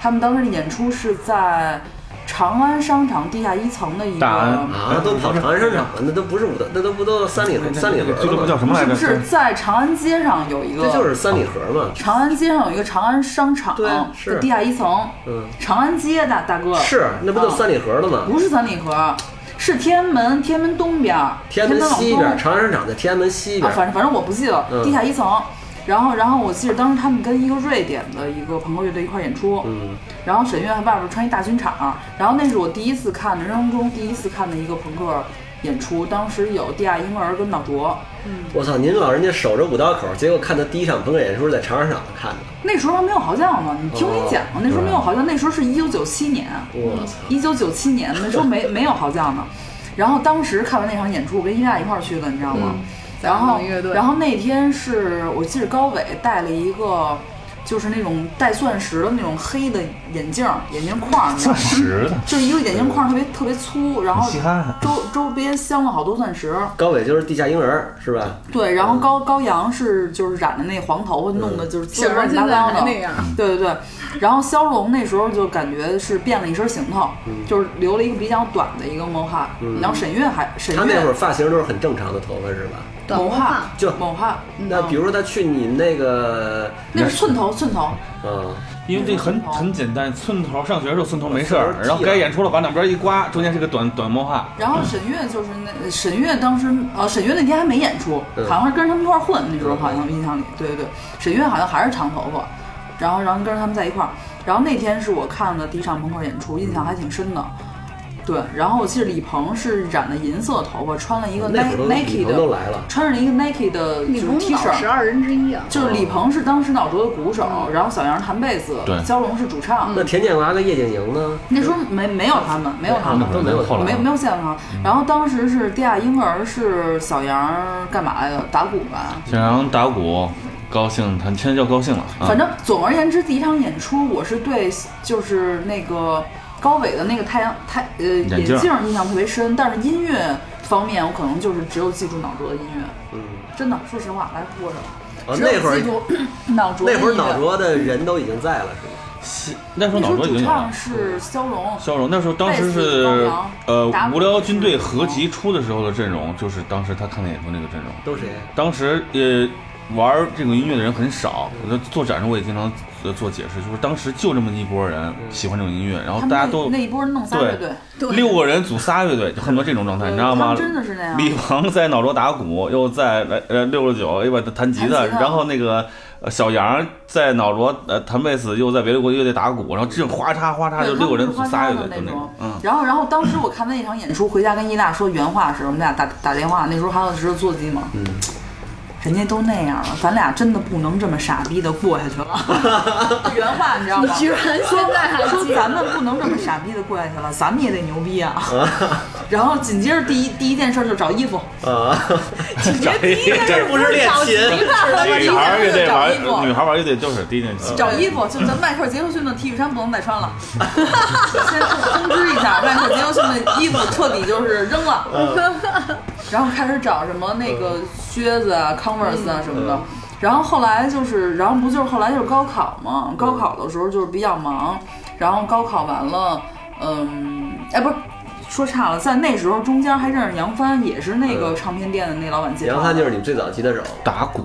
Speaker 2: 他们当时的演出是在长安商场地下一层的一个
Speaker 3: 大安
Speaker 1: 啊，都跑长安商场了，那都不是五道，那都不都三里河三里河
Speaker 3: 俱乐部
Speaker 1: 了
Speaker 3: 叫
Speaker 1: 吗？
Speaker 3: 什么来
Speaker 2: 是
Speaker 3: 着？
Speaker 2: 不是在长安街上有一个？
Speaker 1: 这就是三里河嘛，
Speaker 2: 长安街上有一个长安商场，
Speaker 1: 对是
Speaker 2: 地下一层。
Speaker 1: 嗯，
Speaker 2: 长安街大大哥
Speaker 1: 是那不就三里河了吗？
Speaker 2: 不是三里河，是天安门，天安门东边儿，
Speaker 1: 天安
Speaker 2: 安
Speaker 1: 门
Speaker 2: 往
Speaker 1: 西
Speaker 2: 东
Speaker 1: 边，长安商场在天安门西
Speaker 2: 啊，
Speaker 1: 边，
Speaker 2: 反正反正我不记得，
Speaker 1: 嗯
Speaker 2: 地下一层。然后，然后我记得当时他们跟一个瑞典的一个朋克乐队一块儿演出，
Speaker 1: 嗯，
Speaker 2: 然后沈月还外边穿一大军场，然后那是我第一次看的，人生中第一次看的一个朋克演出，当时有地下婴儿跟脑浊，
Speaker 1: 我操，您老人家守着五道口，结果看他第一场朋克演出是在长安商场看的，
Speaker 2: 那时候还没有嚎叫呢，你听
Speaker 1: 哦
Speaker 2: 我给你讲，那时候没有嚎叫，那时候是一九九七年，
Speaker 1: 我操，
Speaker 2: 一九九七年那时候没没有嚎叫呢。然后当时看完那场演出，我跟伊娜一块儿去的，你知道
Speaker 3: 嗯
Speaker 2: 吗？然后
Speaker 4: 咱们嗯乐队
Speaker 2: 然后那天是我记得高伟戴了一个。就是那种带钻石的那种黑的眼镜儿，眼镜框儿，你知道
Speaker 3: 钻
Speaker 2: 吗？
Speaker 3: 石的，
Speaker 2: 就是一个眼镜框儿特别特别粗，然后
Speaker 3: 稀罕
Speaker 2: 周周边镶了好多钻石。
Speaker 1: 高伟就是地下婴儿是吧？
Speaker 2: 对，然后高高阳是就是染的那黄头发，弄的就是滋
Speaker 4: 沈
Speaker 2: 味
Speaker 4: 月
Speaker 2: 乱
Speaker 4: 现
Speaker 2: 七八
Speaker 4: 在
Speaker 2: 糟的
Speaker 4: 还那样，
Speaker 2: 对对对，然后肖龙那时候就感觉是变了一身行头，
Speaker 1: 嗯
Speaker 2: 就是留了一个比较短的一个毛发，然后沈月还沈
Speaker 1: 他那会儿
Speaker 2: 月
Speaker 1: 发型都是很正常的头发是吧？
Speaker 4: 短
Speaker 2: 毛
Speaker 4: 头
Speaker 2: 发
Speaker 4: 发，
Speaker 1: 就
Speaker 2: 毛发，
Speaker 1: 那比如说他去你们那个，
Speaker 2: 嗯那是寸头寸头，
Speaker 1: 嗯，
Speaker 3: 因为这很
Speaker 2: 哦
Speaker 3: 很简单，寸头上学的时候寸头没事儿
Speaker 1: 寸，头剃了
Speaker 3: 然后该演出了把两边一刮，中间是个短短毛发。
Speaker 2: 然后沈月就是那沈月当时呃沈月那天还没演出，
Speaker 1: 嗯
Speaker 2: 好像是跟着他们一块儿混，那时候好像印象里，对对对，沈月好像还是长头发，然后然后跟着他们在一块儿，然后那天是我看的第一场朋克演出，印象还挺深的。对，然后我记得李鹏是染的银色头发，穿了一个
Speaker 1: 哦那会儿
Speaker 2: Nike
Speaker 1: 都
Speaker 2: Nike
Speaker 1: 李
Speaker 2: 的
Speaker 1: 鹏都来了，
Speaker 2: 穿着一个 Nike 的就
Speaker 4: 李
Speaker 2: 是
Speaker 4: 鹏
Speaker 2: T
Speaker 4: 老十
Speaker 2: 恤，
Speaker 4: 二人之一啊，嗯
Speaker 2: 就是李鹏是当时脑浊的鼓手，然后小杨是弹贝斯
Speaker 3: 对，
Speaker 2: 焦龙是主唱。
Speaker 1: 那田建华跟叶景莹呢？
Speaker 2: 那时候没没有他们，没有他
Speaker 1: 那
Speaker 2: 们
Speaker 1: 啊会，儿都没有
Speaker 3: 后来
Speaker 2: 没有没有见过他们。
Speaker 3: 嗯
Speaker 2: 然后当时是地下婴儿是小杨干嘛来的？打鼓吧。
Speaker 3: 沈阳打鼓，高兴，他现在叫高兴了啊
Speaker 2: 反。正总而言之，第一场演出我是对就是那个高伟的那个太阳太呃
Speaker 3: 镜
Speaker 2: 眼镜印象特别深，但是音乐方面我可能就是只有记住脑浊的音乐，
Speaker 1: 嗯，
Speaker 2: 真的，说实话，来说着。
Speaker 1: 哦，
Speaker 2: 只有
Speaker 1: 那会
Speaker 2: 记
Speaker 1: 儿
Speaker 2: 住 脑浊的
Speaker 1: 那会儿
Speaker 2: 音乐
Speaker 1: 脑浊的人都已经在了是吧？
Speaker 3: 那时候
Speaker 2: 那
Speaker 3: 脑
Speaker 2: 时候
Speaker 3: 浊已
Speaker 2: 主
Speaker 3: 经有
Speaker 2: 唱
Speaker 3: 了。
Speaker 2: 是肖龙，
Speaker 3: 肖荣那时候当时
Speaker 2: 贝
Speaker 3: 是
Speaker 2: 斯高阳
Speaker 3: 呃
Speaker 2: 打鼓
Speaker 3: 无聊军队合集出的时候的阵容，就是当时他看的演出那个阵容。
Speaker 1: 都谁？
Speaker 3: 当时呃玩这种音乐的人很少，我在做展示我也经常呃做解释，就是当时就这么一波人喜欢这种音乐，然后
Speaker 2: 他们
Speaker 3: 大家
Speaker 2: 那
Speaker 3: 都
Speaker 2: 那一波弄仨乐队，
Speaker 4: 对
Speaker 3: 六个人组仨乐队，就很多这种状态，
Speaker 2: 对
Speaker 3: 你知道
Speaker 2: 他
Speaker 3: 吗？
Speaker 2: 们真的是那样
Speaker 3: 李鹏在脑浊打鼓，又在呃呃六十九又把弹吉他，
Speaker 2: 弹吉他
Speaker 3: 然后那个呃小杨在脑浊呃弹贝斯，又在别的国乐队打鼓，然后这种哗嚓哗嚓就
Speaker 2: 对，
Speaker 3: 六个人
Speaker 2: 他
Speaker 3: 组
Speaker 2: 们是
Speaker 3: 仨
Speaker 2: 花
Speaker 3: 乐
Speaker 2: 的
Speaker 3: 队，
Speaker 2: 那
Speaker 3: 就那种
Speaker 2: 种，
Speaker 3: 嗯。
Speaker 2: 然后，然后当时我看完一场演出，回家跟伊娜说原话时，我们俩打打电话，那时候还有直播座机嘛，嗯，人家都那样了，咱俩真的不能这么傻逼的过下去 了，原话你知道吗？
Speaker 4: 居然现在还
Speaker 2: 说
Speaker 4: 记得
Speaker 2: 咱们不能这么傻逼的过下去了，咱们也得牛逼 啊！然后紧接着第一第一件事就找衣服，
Speaker 1: 啊，
Speaker 4: 这
Speaker 1: 这不是练琴，
Speaker 3: 女孩儿乐队
Speaker 2: 找衣服
Speaker 3: 玩，女孩儿玩乐队就是第一件事。
Speaker 2: 找衣服，就咱迈克尔·杰克逊的 T 恤衫不能再穿了，先通知一下，迈克尔·杰克逊的衣服彻底就是扔了， 然后开始找什么那个靴子啊、Converse 啊什么的。然后后来就是，然后不就是后来就是高考嘛，高考的时候就是比较忙，然后高考完了，嗯，哎，不是。说差了，在那时候中间还认识杨帆，也是那个唱片店的那老板介绍的。
Speaker 1: 杨帆就是你最早吉他手，
Speaker 3: 打鼓，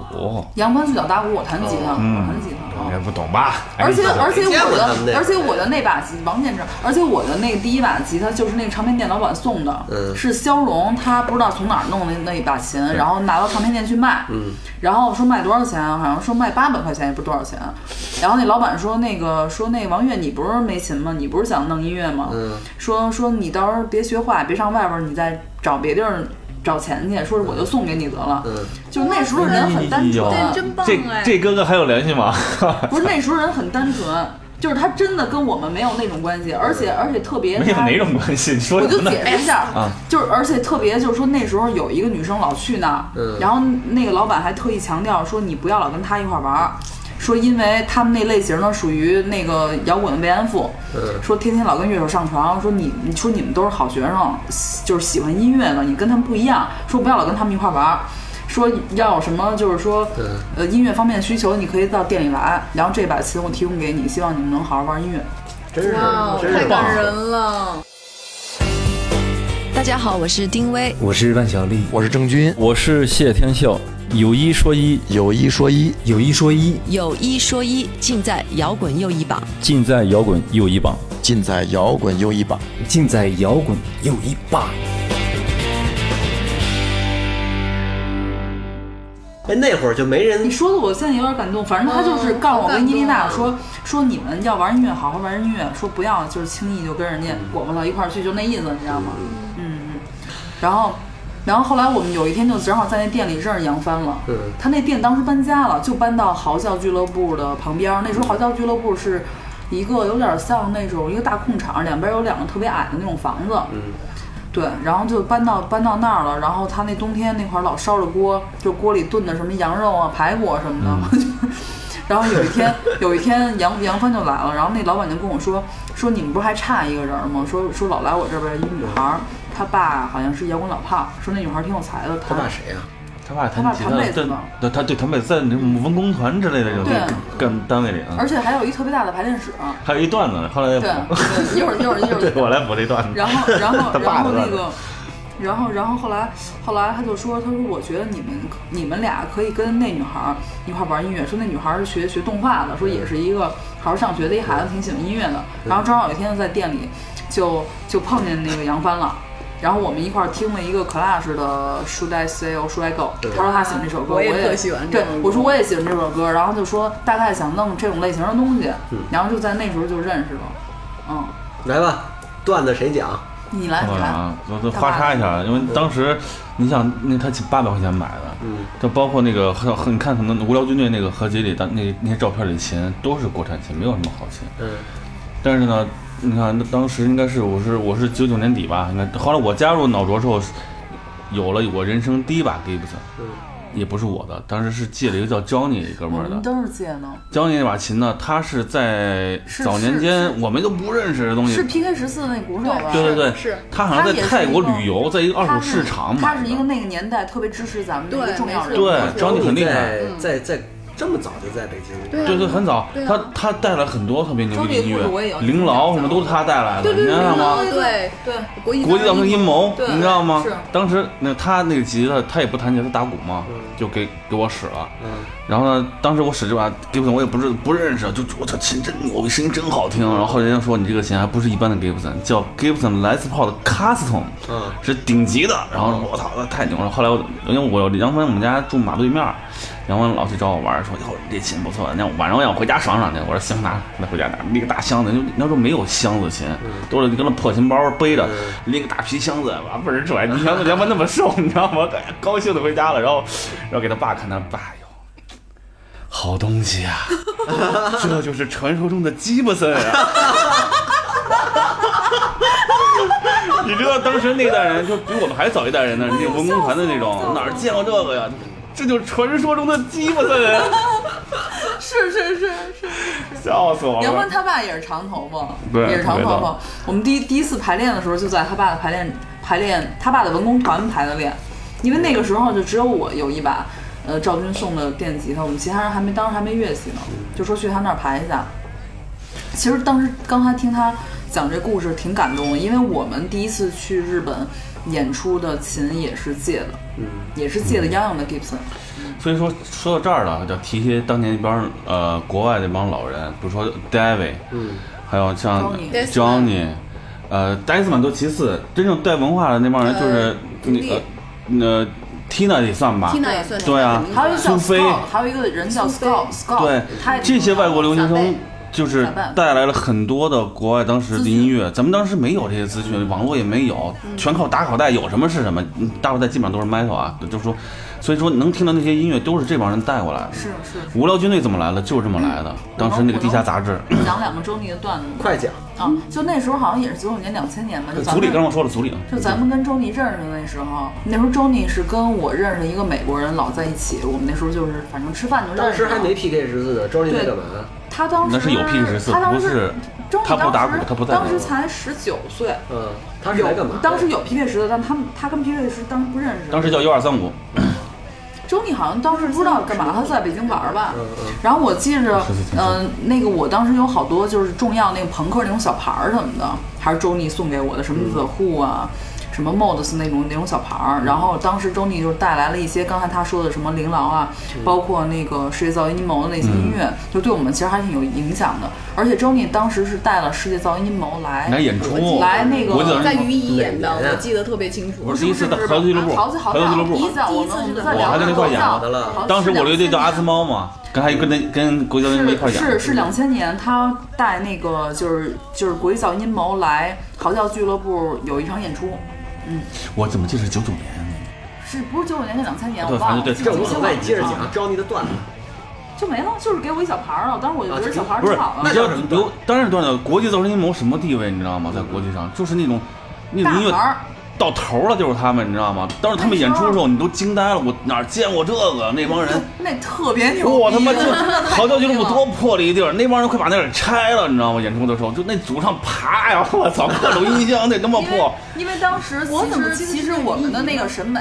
Speaker 2: 杨帆最早打鼓，我弹吉他，
Speaker 3: 嗯
Speaker 2: 我弹吉他。
Speaker 7: 你们不懂吧？哎
Speaker 2: 而且而且
Speaker 1: 见
Speaker 2: 我
Speaker 1: 过他们那
Speaker 2: 的
Speaker 1: 个
Speaker 2: 而且我的那把吉王建志，而且我的那个第一把吉他就是那个唱片店老板送的，
Speaker 1: 嗯
Speaker 2: 是肖龙他不知道从哪儿弄的那一把琴，然后拿到唱片店去卖，嗯，然后说卖多少钱啊，好像说卖八百块钱也不是多少钱，啊然后那老板说那个说那王月你不是没琴吗？你不是想弄音乐吗？
Speaker 1: 嗯
Speaker 2: 说说你到时候别学坏，别上外边儿，你再找别地儿。找钱去，说是我就送给你得了。
Speaker 1: 嗯
Speaker 2: 就那时候人很单纯，啊
Speaker 3: 哎呦
Speaker 4: 真棒
Speaker 2: 嗯
Speaker 7: 这
Speaker 4: 哎！
Speaker 7: 这哥哥还有联系吗？
Speaker 2: 不是那时候人很单纯，就是他真的跟我们没有那种关系，而且而且特别
Speaker 7: 没有哪种关系，你说
Speaker 2: 我
Speaker 7: 什
Speaker 2: 就
Speaker 7: 么呢？
Speaker 2: 解释一下，
Speaker 7: 啊
Speaker 2: 就是而且特别就是说那时候有一个女生老去那儿，
Speaker 1: 嗯
Speaker 2: 然后那个老板还特意强调说你不要老跟她一块儿玩儿，说因为他们那类型呢属于那个摇滚慰安妇，
Speaker 1: 嗯
Speaker 2: 说天天老跟乐手上床，说你你说你们都是好学生，喜就是喜欢音乐的，你跟他们不一样，说不要老跟他们一块儿玩儿。说要有什么，就是说
Speaker 1: 嗯，
Speaker 2: 呃，音乐方面的需求，你可以到店里来。然后这把琴我提供给你，希望你们能好好玩音乐。
Speaker 1: 真是
Speaker 4: 哇，哦
Speaker 1: 真
Speaker 4: 太
Speaker 1: 是
Speaker 4: 感人了！
Speaker 8: 大家好，我是丁薇。
Speaker 9: 我是万晓利，
Speaker 10: 我是郑钧，
Speaker 11: 我是谢天笑，有一说一，
Speaker 10: 有一说一，
Speaker 9: 有一说一，
Speaker 8: 有一说一，尽在摇滚又一榜。
Speaker 11: 尽在摇滚又一榜。
Speaker 10: 尽在摇滚又一榜。
Speaker 9: 尽在摇滚又一霸。
Speaker 1: 哎，那会儿就没人
Speaker 2: 你说的我现在有点感动，反正他就是告诉我跟伊丽娜说、说你们要玩音乐，好好玩音乐，说不要就是轻易就跟人家裹不到一块儿去，就那意思，你知道吗？嗯嗯。然后，然后后来我们有一天就正好在那店里认识杨帆了。
Speaker 1: 嗯
Speaker 2: 他那店当时搬家了，就搬到嚎叫俱乐部的旁边儿。那时候嚎叫俱乐部是一个有点像那种一个大空场，两边有两个特别矮的那种房子。嗯。对，然后就搬到搬到那儿了。然后他那冬天那块儿老烧着锅，就锅里炖的什么羊肉啊、排骨啊什么的。 就是然后有一天，有一天杨杨帆就来了，然后那老板就跟我说说你们不是还差一个人吗？说说老来我这边儿一女孩儿，她爸好像是摇滚老炮儿，说那女孩儿挺有才的。
Speaker 1: 他
Speaker 2: 她
Speaker 1: 骂谁啊呀？
Speaker 3: 他爸
Speaker 2: 他爸
Speaker 3: 弹吉
Speaker 2: 弹贝
Speaker 3: 他，
Speaker 2: 斯
Speaker 3: 但
Speaker 2: 吧
Speaker 3: 但他对弹贝斯在那种文工团之类的这种
Speaker 2: 对
Speaker 3: 干单位里啊
Speaker 2: 而。且还有一特别大的排练室。啊
Speaker 3: 还有一段子，后来
Speaker 2: 对，对一会儿一会儿一会
Speaker 3: 对 我
Speaker 2: 儿。
Speaker 3: 来补这段子。
Speaker 2: 然后然后
Speaker 3: 他爸
Speaker 2: 然
Speaker 3: 的
Speaker 2: 后
Speaker 3: 段
Speaker 2: 那
Speaker 3: 子
Speaker 2: 个，然后然后后来后来他就说，他说我觉得你们你们俩可以跟那女孩儿一块儿玩音乐，说那女孩儿是学学动画的，说也是一个好好上学的一孩子，挺喜欢音乐的。然后正好有一天在店里就就碰见那个杨帆了。然后我们一块儿听了一个 Clash 的《Should I Say or Should I Go》，他说他喜欢这首歌，
Speaker 4: 我
Speaker 2: 我
Speaker 4: 也
Speaker 2: 也
Speaker 4: 特喜欢这
Speaker 2: 对
Speaker 4: 首歌，
Speaker 2: 我说我也喜欢这首歌，然后就说大概想弄这种类型的东西，
Speaker 3: 嗯
Speaker 2: 然后就在那时候就认识了。嗯，
Speaker 1: 来吧，段子谁讲？
Speaker 2: 你来，你来。
Speaker 3: 啊，我都花叉一下，因为当时你想，那他八百块钱买的，
Speaker 1: 嗯，
Speaker 3: 这包括那个和和你看很多无聊军队那个合集里的那那些照片里的琴都是国产琴，没有什么好琴。
Speaker 1: 嗯
Speaker 3: 但是呢，你看那当时应该是我是我是九九年底吧，应该后来我加入脑浊之后，有了我人生第一把 Gibson，
Speaker 1: 嗯
Speaker 3: 也不是我的，当时是借了一个叫 Johnny 一哥
Speaker 2: 我
Speaker 3: 们儿的
Speaker 2: 们，嗯都是借的，
Speaker 3: Johnny 那把琴呢，他是在
Speaker 2: 是
Speaker 3: 早年
Speaker 2: 是
Speaker 3: 间我们都不认识的东西
Speaker 2: 是，PK 十四那鼓手吧？
Speaker 3: 嗯对对对，
Speaker 4: 是
Speaker 3: 他好像在泰国旅游，在一个二
Speaker 2: 他
Speaker 3: 手
Speaker 2: 是
Speaker 3: 市场
Speaker 2: 他
Speaker 3: 买
Speaker 2: 是一个
Speaker 3: 的。
Speaker 2: 那个年代特别支持咱们的一个
Speaker 4: 对
Speaker 2: 重要人物。
Speaker 4: 没错
Speaker 3: 对，Johnny 很厉害，
Speaker 1: 在在在这么早就在北京，
Speaker 4: 嗯对啊
Speaker 3: 对对，很早
Speaker 4: 对，啊
Speaker 3: 他他带来很多特别牛逼的音
Speaker 2: Johnny 的故事我也有
Speaker 3: 乐，灵牢什么都是他带来的，你知道吗？
Speaker 4: 对对，国际
Speaker 3: 国际造成阴谋，
Speaker 4: 对
Speaker 3: 你知道吗
Speaker 4: 是？
Speaker 3: 当时那他那个吉他，他也不弹吉他，打鼓嘛，就给给我使了。
Speaker 1: 嗯
Speaker 3: 然后呢，当时我使这把 Gibson，我也不是不认识，就我操琴真牛，声音真好听。然后后来人家说你这个琴还不是一般的 Gibson，叫 Gibson 莱斯炮的 Custom，
Speaker 1: 嗯
Speaker 3: 是顶级的。然后我操，那太牛了。后来我因为我杨帆我们家住马路对面儿，杨帆老去找我玩儿，说哟你这琴不错，那晚上我想回家爽爽去。我说行，拿拿回家拿拎个大箱子，就那时候没有箱子琴，都是跟那破琴包背着，拎个大皮箱子往倍儿拽。你杨杨帆那么瘦，你知道吗？哎高兴的回家了，然后然后给他爸看，他爸哟。好东西啊！这就是传说中的吉布森啊！ 你知道当时那代人就比我们还早一代人呢，那文工团的那种，哪儿见过这个呀？这就是传说中的吉布森，
Speaker 2: 是是是是。
Speaker 3: 笑死我
Speaker 2: 杨
Speaker 3: 了
Speaker 2: 帆！他爸也是长头发，
Speaker 3: 对
Speaker 2: 也是长头
Speaker 3: 没
Speaker 2: 发
Speaker 3: 错。
Speaker 2: 我们第一第一次排练的时候，就在他爸的排练排练，他爸的文工团排的练，因为那个时候就只有我有一把，呃，赵军送的电吉他，我们其他人还没当时还没乐器呢，就说去他那儿排一下。其实当时刚才听他讲这故事挺感动的，因为我们第一次去日本演出的琴也是借的，
Speaker 1: 嗯，
Speaker 2: 也是借的泱泱的 Gibson。
Speaker 3: 所以说说到这儿了，要提一些当年一帮呃国外那帮老人，比如说 David，
Speaker 1: 嗯，
Speaker 3: 还有像
Speaker 4: Johnny
Speaker 3: Johnny，呃 d e s m o n 都其次，真正带文化的那帮人就是
Speaker 4: 呃
Speaker 3: 那
Speaker 4: 独
Speaker 3: 个呃 Tina 也算吧
Speaker 4: Tina 也算
Speaker 3: 对啊
Speaker 4: 那个，
Speaker 2: 还有一个叫
Speaker 3: 苏菲，
Speaker 2: Scott，还有一个人叫 Scott Scott，
Speaker 3: 对
Speaker 2: 哦他也，
Speaker 3: 这些外国留学生就是
Speaker 2: 咋办
Speaker 3: 带来了很多的国外当时的音乐，咱们当时没有这些资
Speaker 2: 嗯
Speaker 3: 讯，网络也没有，全靠打口袋，有什么是什么。嗯打口袋基本上都是 metal 啊，就是说，所以说能听到那些音乐都是这帮人带过来的。
Speaker 2: 是嗯是
Speaker 3: 无聊军队怎么来的？就是这么来的。当时那个地下杂志，
Speaker 2: 讲两个周密的段子，
Speaker 1: 快讲
Speaker 2: 啊！就那时候好像也是九九年、两千年吧，就嗯咱
Speaker 3: 嗯组里
Speaker 2: 们
Speaker 3: 刚刚我说了，组里
Speaker 2: 就咱们跟周妮认识的那时候，那时候周妮是跟我认识的一个美国人老在一起，我们那时候就是反正吃饭就认
Speaker 1: 当
Speaker 2: 识
Speaker 1: 时
Speaker 2: 了。
Speaker 1: 还没 PK 十四呢，周立在
Speaker 2: 对
Speaker 1: 干嘛？
Speaker 2: 他当时
Speaker 3: 那是有 P 十四，
Speaker 2: 他当
Speaker 3: 不
Speaker 2: 时
Speaker 3: 是他不打鼓，他不在
Speaker 2: 当
Speaker 3: 乎
Speaker 2: 时。才十九岁，
Speaker 1: 嗯，他是来干嘛的？
Speaker 2: 当时有 P K 十的，但他们他跟 P K 十当时不认识。
Speaker 3: 当时叫幺二三五，
Speaker 2: 哦周妮好像当时不知道干嘛，他在北京玩儿吧。
Speaker 1: 嗯嗯，
Speaker 2: 然后我记着，嗯、那个我当时有好多就是重要那个朋克那种小牌儿什么的，还是周妮送给我的，什么 The Who 啊，
Speaker 1: 嗯
Speaker 2: 什么 Mods 那种那种小牌儿。然后当时周妮就带来了一些刚才他说的什么琳琅啊，
Speaker 1: 嗯
Speaker 2: 包括那个世界噪音阴谋的那些音乐，
Speaker 3: 嗯
Speaker 2: 就对我们其实还挺有影响的。而且周妮当时是带了世界噪音阴谋来
Speaker 3: 来演出
Speaker 2: 来那个
Speaker 3: 我记得
Speaker 4: 在于一演
Speaker 1: 哪
Speaker 4: 的，
Speaker 1: 年啊
Speaker 4: 我记得特别清楚。
Speaker 3: 我第一次在
Speaker 2: 是啊
Speaker 3: 桃子俱乐部，
Speaker 2: 桃子
Speaker 3: 桃子俱乐部，
Speaker 2: 第一次我们我们在
Speaker 3: 我还在那块演
Speaker 2: 聊
Speaker 1: 的了
Speaker 2: 桃子
Speaker 3: 当时我留队叫阿
Speaker 2: 2000
Speaker 3: 兹猫嘛，跟还跟那跟国际教练一块儿
Speaker 2: 嗯
Speaker 3: 演。
Speaker 2: 是是两千年，他带那个就是就是国际小阴谋来嚎叫俱乐部有一场演出，
Speaker 3: 我怎么记得是九九年？啊
Speaker 2: 是不是九九年？是两千年，
Speaker 3: 对
Speaker 2: 我忘了。
Speaker 3: 反正对
Speaker 2: 记
Speaker 1: 这
Speaker 2: 不
Speaker 1: 无
Speaker 2: 清
Speaker 1: 所
Speaker 2: 了
Speaker 1: 谓，你接着
Speaker 2: 啊
Speaker 1: 讲周立的段子。
Speaker 2: 就没了，就是给我一小牌儿了。当时我就觉得小牌儿
Speaker 3: 啊不
Speaker 2: 挺
Speaker 3: 是
Speaker 2: 好，
Speaker 3: 你
Speaker 2: 的
Speaker 3: 知。道有当然段子，国际造声阴谋什么地位，你知道吗？在国际上就是那种那种音
Speaker 2: 大牌
Speaker 3: 乐
Speaker 2: 儿，
Speaker 3: 到头了，就是他们，你知道吗？当时他们演出的时候，你都惊呆了，我哪儿见过这个？那帮人，
Speaker 2: 那特别牛逼，
Speaker 3: 我他妈就
Speaker 2: 真的太
Speaker 3: 嚎叫俱乐部
Speaker 2: 牛逼了
Speaker 3: 多破了一地儿，那帮人快把那儿拆了，你知道吗？演出的时候就那组上爬呀，我操，各种音箱得那么
Speaker 2: 因为
Speaker 3: 破。
Speaker 2: 因为当时
Speaker 4: 我怎么
Speaker 2: 其
Speaker 4: 记
Speaker 2: 实
Speaker 4: 得
Speaker 2: 其
Speaker 4: 是
Speaker 2: 实
Speaker 4: 那个
Speaker 2: 我们
Speaker 4: 意
Speaker 2: 的
Speaker 4: 义
Speaker 2: 那
Speaker 4: 呢
Speaker 2: 个审美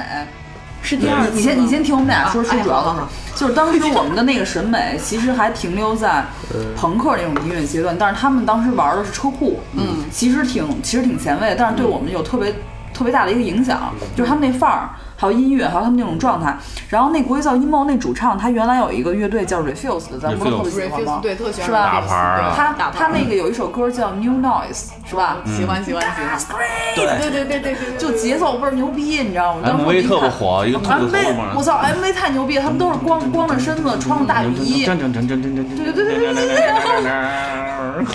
Speaker 4: 是第二次吗，
Speaker 2: 你先你先听我们俩说说主要的
Speaker 4: 哎
Speaker 2: 哈， 就是当时我们的那个审美其实还停留在
Speaker 3: 呃
Speaker 2: 朋克那种音乐阶段，但是他们当时玩的是车库，嗯，其实挺其实挺前卫，但是
Speaker 3: 嗯
Speaker 2: 对我们有特别特别大的一个影响，就是他们那范儿。还有音乐，还有他们那种状态。然后那国际噪音梦那主唱，他原来有一个乐队叫 Refuse 的，咱们不是特别喜欢
Speaker 4: refuse
Speaker 2: 吗？
Speaker 4: 对特喜欢
Speaker 2: 是吧
Speaker 3: 打牌儿啊
Speaker 2: 他
Speaker 4: 打牌
Speaker 2: 他那个有一首歌叫 New Noise，是吧？
Speaker 4: 喜欢喜欢喜欢，
Speaker 3: 对
Speaker 4: 对对对对对，
Speaker 2: 就节奏倍儿牛逼，你知道吗？当时我一
Speaker 3: MV 特别
Speaker 2: 看
Speaker 3: 火，一个兔子头那帮
Speaker 2: MV，
Speaker 3: 人
Speaker 2: 我。操，MV 太牛逼了，他们都是光光着身子，穿着大雨衣，
Speaker 7: 真真真真真真真，
Speaker 2: 对对对对对对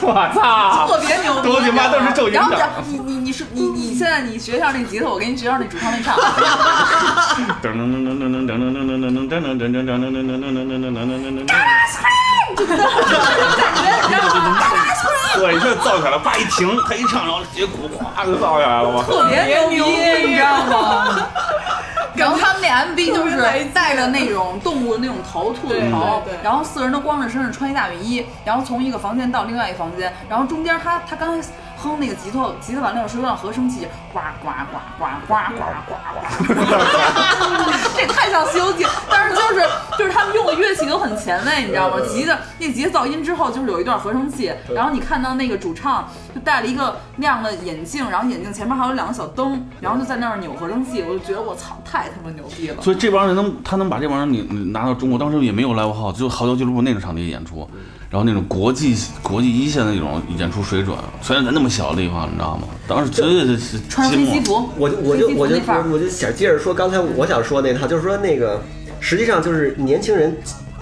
Speaker 7: 我操！
Speaker 2: 特别牛逼。
Speaker 7: 嗯都你妈都是受影
Speaker 2: 然
Speaker 7: 响
Speaker 2: 后你你你是你你现在你学校那吉他，我给你学校那主唱那唱，
Speaker 7: 噔噔噔噔噔噔噔噔噔噔噔噔噔噔噔噔噔噔噔噔噔。
Speaker 3: 对，一下造起来了，叭一停，他一唱，然后结鼓哗就造起来了，我
Speaker 2: 特 别牛逼，你知道吗？ 然后他们那 MV 就是带着那种动物的那种头，兔子头
Speaker 4: 对对，对
Speaker 2: 然后四个人都光着身子穿一大雨衣，然后从一个房间到另外一个房间，然后中间他他刚才哼那个吉他，吉他完了有时候有点合声器，呱呱呱呱呱呱呱呱， 这太像《西游记》，但是就是就是他们用的乐器都很前卫，你
Speaker 1: 嗯
Speaker 2: 知道吗？吉他那吉他噪音之后就是有一段合成器，然后你看到那个主唱就戴了一个亮的眼镜，然后眼镜前面还有两个小灯，然后就在那儿扭合成器，我就觉得我操，太他妈牛逼了！
Speaker 3: 所以这帮人能，他能把这帮人你你拿到中国，当时也没有 live house，就嚎叫俱乐部那种场地演出，然后那种国际国际一线的那种演出水准，虽然在那么小的地方，你知道吗？当时绝对是
Speaker 2: 穿着
Speaker 3: 心
Speaker 2: 飞
Speaker 3: 目
Speaker 2: 机服，
Speaker 1: 我就我就
Speaker 2: 飞机服
Speaker 1: 我就
Speaker 2: 那范儿
Speaker 1: 我就想接着说刚才我想说那套，就是说那个实际上就是年轻人。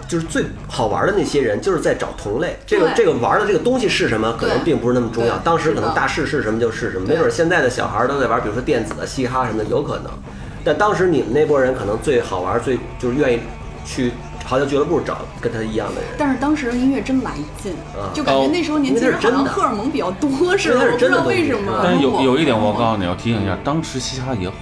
Speaker 1: 就是最好玩的那些人，就是在找同类。这个这
Speaker 4: 对
Speaker 1: 个玩的这个东西是什么，可能
Speaker 4: 对
Speaker 1: 并不是那么重要。
Speaker 4: 对
Speaker 1: 当时可
Speaker 4: 是
Speaker 1: 能
Speaker 4: 的
Speaker 1: 大势是什么就是什么，没准现在的小孩都在玩，比如说电子啊、嘻哈什么的，有可能。但当时你们那波人可能最好玩，最就是愿意去嚎叫俱乐部找跟他一样的人。
Speaker 4: 但是当时音乐真来劲
Speaker 1: 嗯，
Speaker 4: 就感觉那时候年轻人
Speaker 1: 因为它是
Speaker 4: 好
Speaker 1: 真
Speaker 4: 像
Speaker 1: 的
Speaker 4: 荷尔蒙比较多似的，
Speaker 1: 因为它
Speaker 4: 我
Speaker 1: 是
Speaker 4: 不知
Speaker 1: 真的
Speaker 4: 道为
Speaker 1: 东西
Speaker 4: 什
Speaker 1: 是吧
Speaker 4: 么。
Speaker 3: 但是有有一点，我告诉你，要提醒一下，当时嘻哈也火，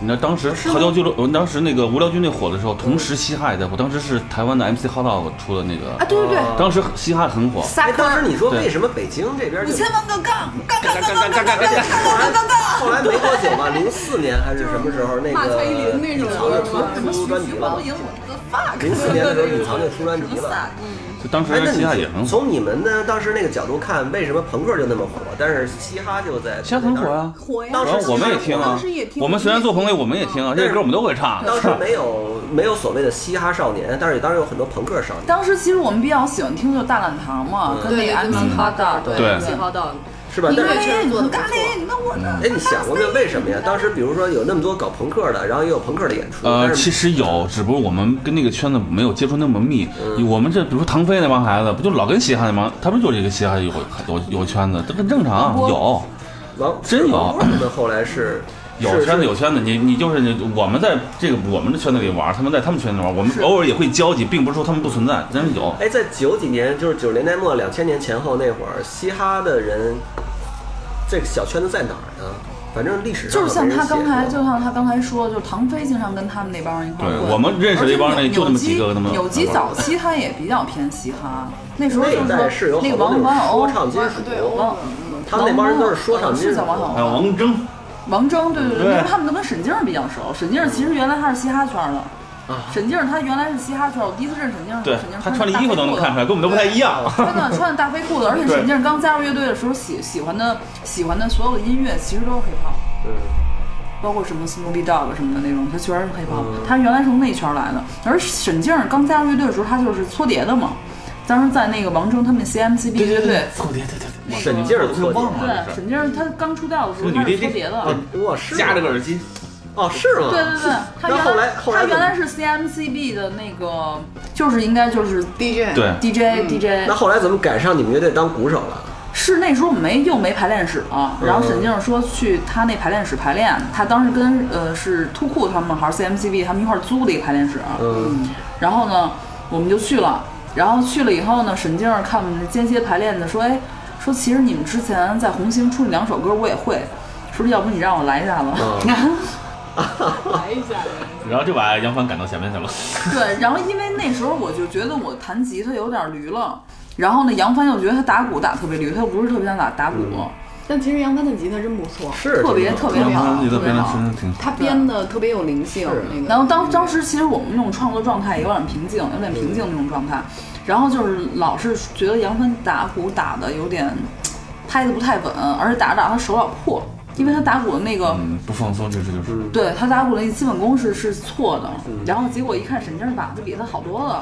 Speaker 3: 你知道当时嚎叫俱乐，我当时那个无聊军队火的时候，同时嘻哈也在火。当时是台湾的 MC Hotdog 出的那个
Speaker 4: 啊对对对
Speaker 3: 当时嘻哈很火。
Speaker 1: 哎，当时你说为什么北京这边就
Speaker 4: 五千万个杠，杠杠杠杠杠杠
Speaker 1: 而且
Speaker 4: 杠
Speaker 1: 后来
Speaker 4: 杠杠杠。
Speaker 1: 后来没多久吧，零四年还是什么时候，那
Speaker 4: 骂
Speaker 1: 个
Speaker 4: 蔡依林那种
Speaker 1: 隐
Speaker 4: 啊
Speaker 1: 藏就
Speaker 4: 什么
Speaker 1: 出出专辑了嘛。
Speaker 4: 赢我的 fuck。
Speaker 1: 零四年的时候，隐藏就出专辑了。
Speaker 3: 就当时
Speaker 1: 哎，那
Speaker 3: 嘻哈也
Speaker 1: 你
Speaker 3: 很火。
Speaker 1: 从你们的当时那个角度看，为什么朋克就那么火，但是嘻哈就在
Speaker 3: 嘻哈很火啊，
Speaker 4: 火呀！
Speaker 1: 当时
Speaker 3: 然后我们也
Speaker 1: 当时
Speaker 3: 听啊
Speaker 4: 当时也，听
Speaker 3: 我们虽然做朋友，我们也听啊，这些歌我们都会唱。
Speaker 1: 当时没有没有所谓的嘻哈少年，但是也当时有很多朋克少年，
Speaker 2: 当时其实我们比较喜欢听就大懒堂
Speaker 1: 嗯
Speaker 2: 嘛，跟那
Speaker 4: 对
Speaker 2: 个 MC 哈大，
Speaker 4: 对
Speaker 3: 对
Speaker 4: 气泡到
Speaker 1: 是吧？
Speaker 4: 音
Speaker 1: 但
Speaker 4: 乐
Speaker 1: 是。
Speaker 4: 圈做的不错。
Speaker 2: 那我呢？
Speaker 1: 哎，你想过没有？为什么呀？当时比如说有那么多搞朋克的，然后也有朋克的演出，
Speaker 3: 呃，
Speaker 1: 但是
Speaker 3: 其实有，只不过我们跟那个圈子没有接触那么密。
Speaker 4: 嗯
Speaker 3: 我们这比如说唐飞那帮孩子，不就老跟嘻哈那帮，他们就是一个嘻哈有有有圈子，这很正常。啊有
Speaker 1: 王
Speaker 3: 真有
Speaker 1: 王波他们后来是
Speaker 3: 有
Speaker 1: 是
Speaker 3: 圈
Speaker 1: 是
Speaker 3: 子有圈子，你你就是你，我们在这个我们的圈子里玩，他们在他们圈子里玩，我们偶尔也会交集，并不是说他们不存在，但是有。
Speaker 1: 哎，在九几年，就是九十年代末、两千年前后那会儿，嘻哈的人，这个小圈子在哪儿呢？反正历史上
Speaker 2: 就是像
Speaker 1: 没人
Speaker 2: 他
Speaker 1: 写过
Speaker 2: 刚才，就像他刚才说，就是唐飞经常跟他们那帮人一块儿
Speaker 3: 对
Speaker 2: 混。
Speaker 3: 我们认识的一帮人
Speaker 2: 而且
Speaker 3: 就那么几个那么
Speaker 2: 纽基
Speaker 3: 那么
Speaker 2: 早期他也比较偏嘻哈，那时候
Speaker 1: 那
Speaker 2: 就是
Speaker 1: 一代是有
Speaker 2: 说那
Speaker 1: 好
Speaker 2: 个
Speaker 1: 多
Speaker 2: 王
Speaker 1: 那
Speaker 2: 王
Speaker 1: 种说
Speaker 2: 欧，
Speaker 1: 唱金
Speaker 4: 对
Speaker 1: 属，
Speaker 2: 王
Speaker 1: 他们那帮人都是说唱金
Speaker 2: 是
Speaker 1: 属
Speaker 2: 叫。王
Speaker 3: 还有
Speaker 2: 欧，
Speaker 3: 哎王铮，
Speaker 2: 王铮，对对对，
Speaker 3: 对
Speaker 2: 因为他们都跟沈静儿比较熟。沈静儿其实原来他是嘻哈圈的，沈静儿他原来是嘻哈圈，我第一次认识沈静儿的时
Speaker 3: 对
Speaker 2: 候，沈静儿
Speaker 3: 他
Speaker 2: 穿
Speaker 3: 穿的衣服都能看 出来，跟我们都不太一样。
Speaker 2: 穿的穿的大飞裤子，而且
Speaker 3: 对
Speaker 2: 沈静儿刚加入乐队的时候喜喜欢的喜欢的所有的音乐其实都是 hiphop。
Speaker 1: 嗯，
Speaker 2: 包括什么 Snoopy Dogg 什么的那种，他全是 hip hop，、他
Speaker 3: 嗯
Speaker 2: 原来是从那圈儿来的。而沈静儿刚加入乐队的时候，他就是搓碟的嘛。当时在那个王铮他们 CMCB 乐队，
Speaker 3: 错对对对
Speaker 2: 那个
Speaker 1: 沈静儿搓
Speaker 3: 忘了这
Speaker 2: 对
Speaker 3: 事
Speaker 2: 沈静儿他刚出道的时候
Speaker 3: 是女
Speaker 2: 他是
Speaker 3: DJ
Speaker 2: 搓碟
Speaker 1: 碟，
Speaker 2: 的。
Speaker 1: 啊哇， 是吗
Speaker 3: 夹着个耳机，
Speaker 1: 哦，是吗？
Speaker 2: 对对对，他
Speaker 1: 那
Speaker 2: 原
Speaker 1: 后来
Speaker 3: 嗯
Speaker 1: 后来
Speaker 2: 他
Speaker 1: 怎么
Speaker 2: 原来是 CMCB 的那个，就是应该就是
Speaker 4: DJ
Speaker 3: 对，
Speaker 2: DJ、
Speaker 1: 那
Speaker 2: DJ，
Speaker 1: 后来怎么改上你们乐队当鼓手了？
Speaker 2: 是那时候没又没排练室了，
Speaker 3: 嗯
Speaker 2: 然后沈静儿说去他那排练室排练，他当时跟呃是 t o o 他们还是 CMCB 他们一块儿租的一个排练室，啊
Speaker 1: 嗯，
Speaker 2: 然后呢，我们就去了。然后去了以后呢，沈静儿看我们间歇排练的，说：“哎，说其实你们之前在红星出了两首歌，我也会。说要不你让我来一下吧。
Speaker 4: 来一下，
Speaker 3: 然后就把杨帆赶到前面去了。
Speaker 2: 对，然后因为那时候我就觉得我弹吉他有点驴了，然后呢，杨帆又觉得他打鼓打特别驴，他又不是特别想打打鼓，
Speaker 4: 但其实杨帆的吉他真不错，
Speaker 1: 是
Speaker 2: 特别
Speaker 1: 真的
Speaker 2: 特别
Speaker 3: 杨
Speaker 2: 好，
Speaker 3: 帆觉
Speaker 2: 特
Speaker 3: 得
Speaker 2: 别
Speaker 3: 编的
Speaker 2: 好。
Speaker 3: 真的挺好。
Speaker 4: 他编的特别有灵性
Speaker 1: 是。
Speaker 4: 那个，
Speaker 2: 然后当当时其实我们那种创作状态有点平静，有点平静那种状态，然后就是老是觉得杨帆打鼓打的有点拍的不太稳，而且打着打着他手老破，因为他打鼓的那个。
Speaker 3: 嗯，不放松，这是就是。
Speaker 2: 对他打鼓的基本功是是错的，然后结果一看沈静打的比他好多了，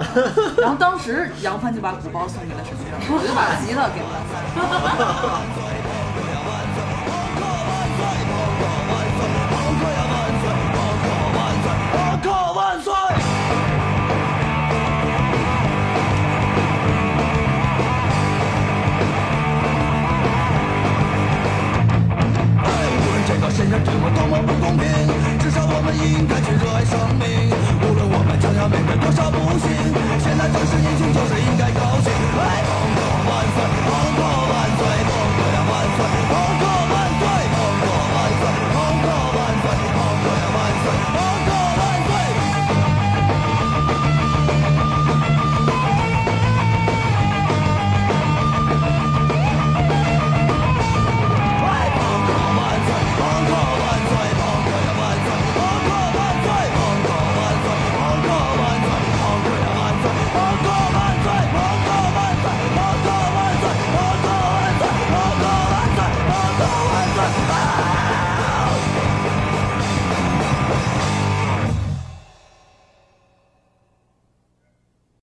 Speaker 2: 然后当时杨帆就把鼓包送给了沈静，我就把吉他给了他。
Speaker 6: 多少不幸，现在正是年轻，就是应该高兴。哎。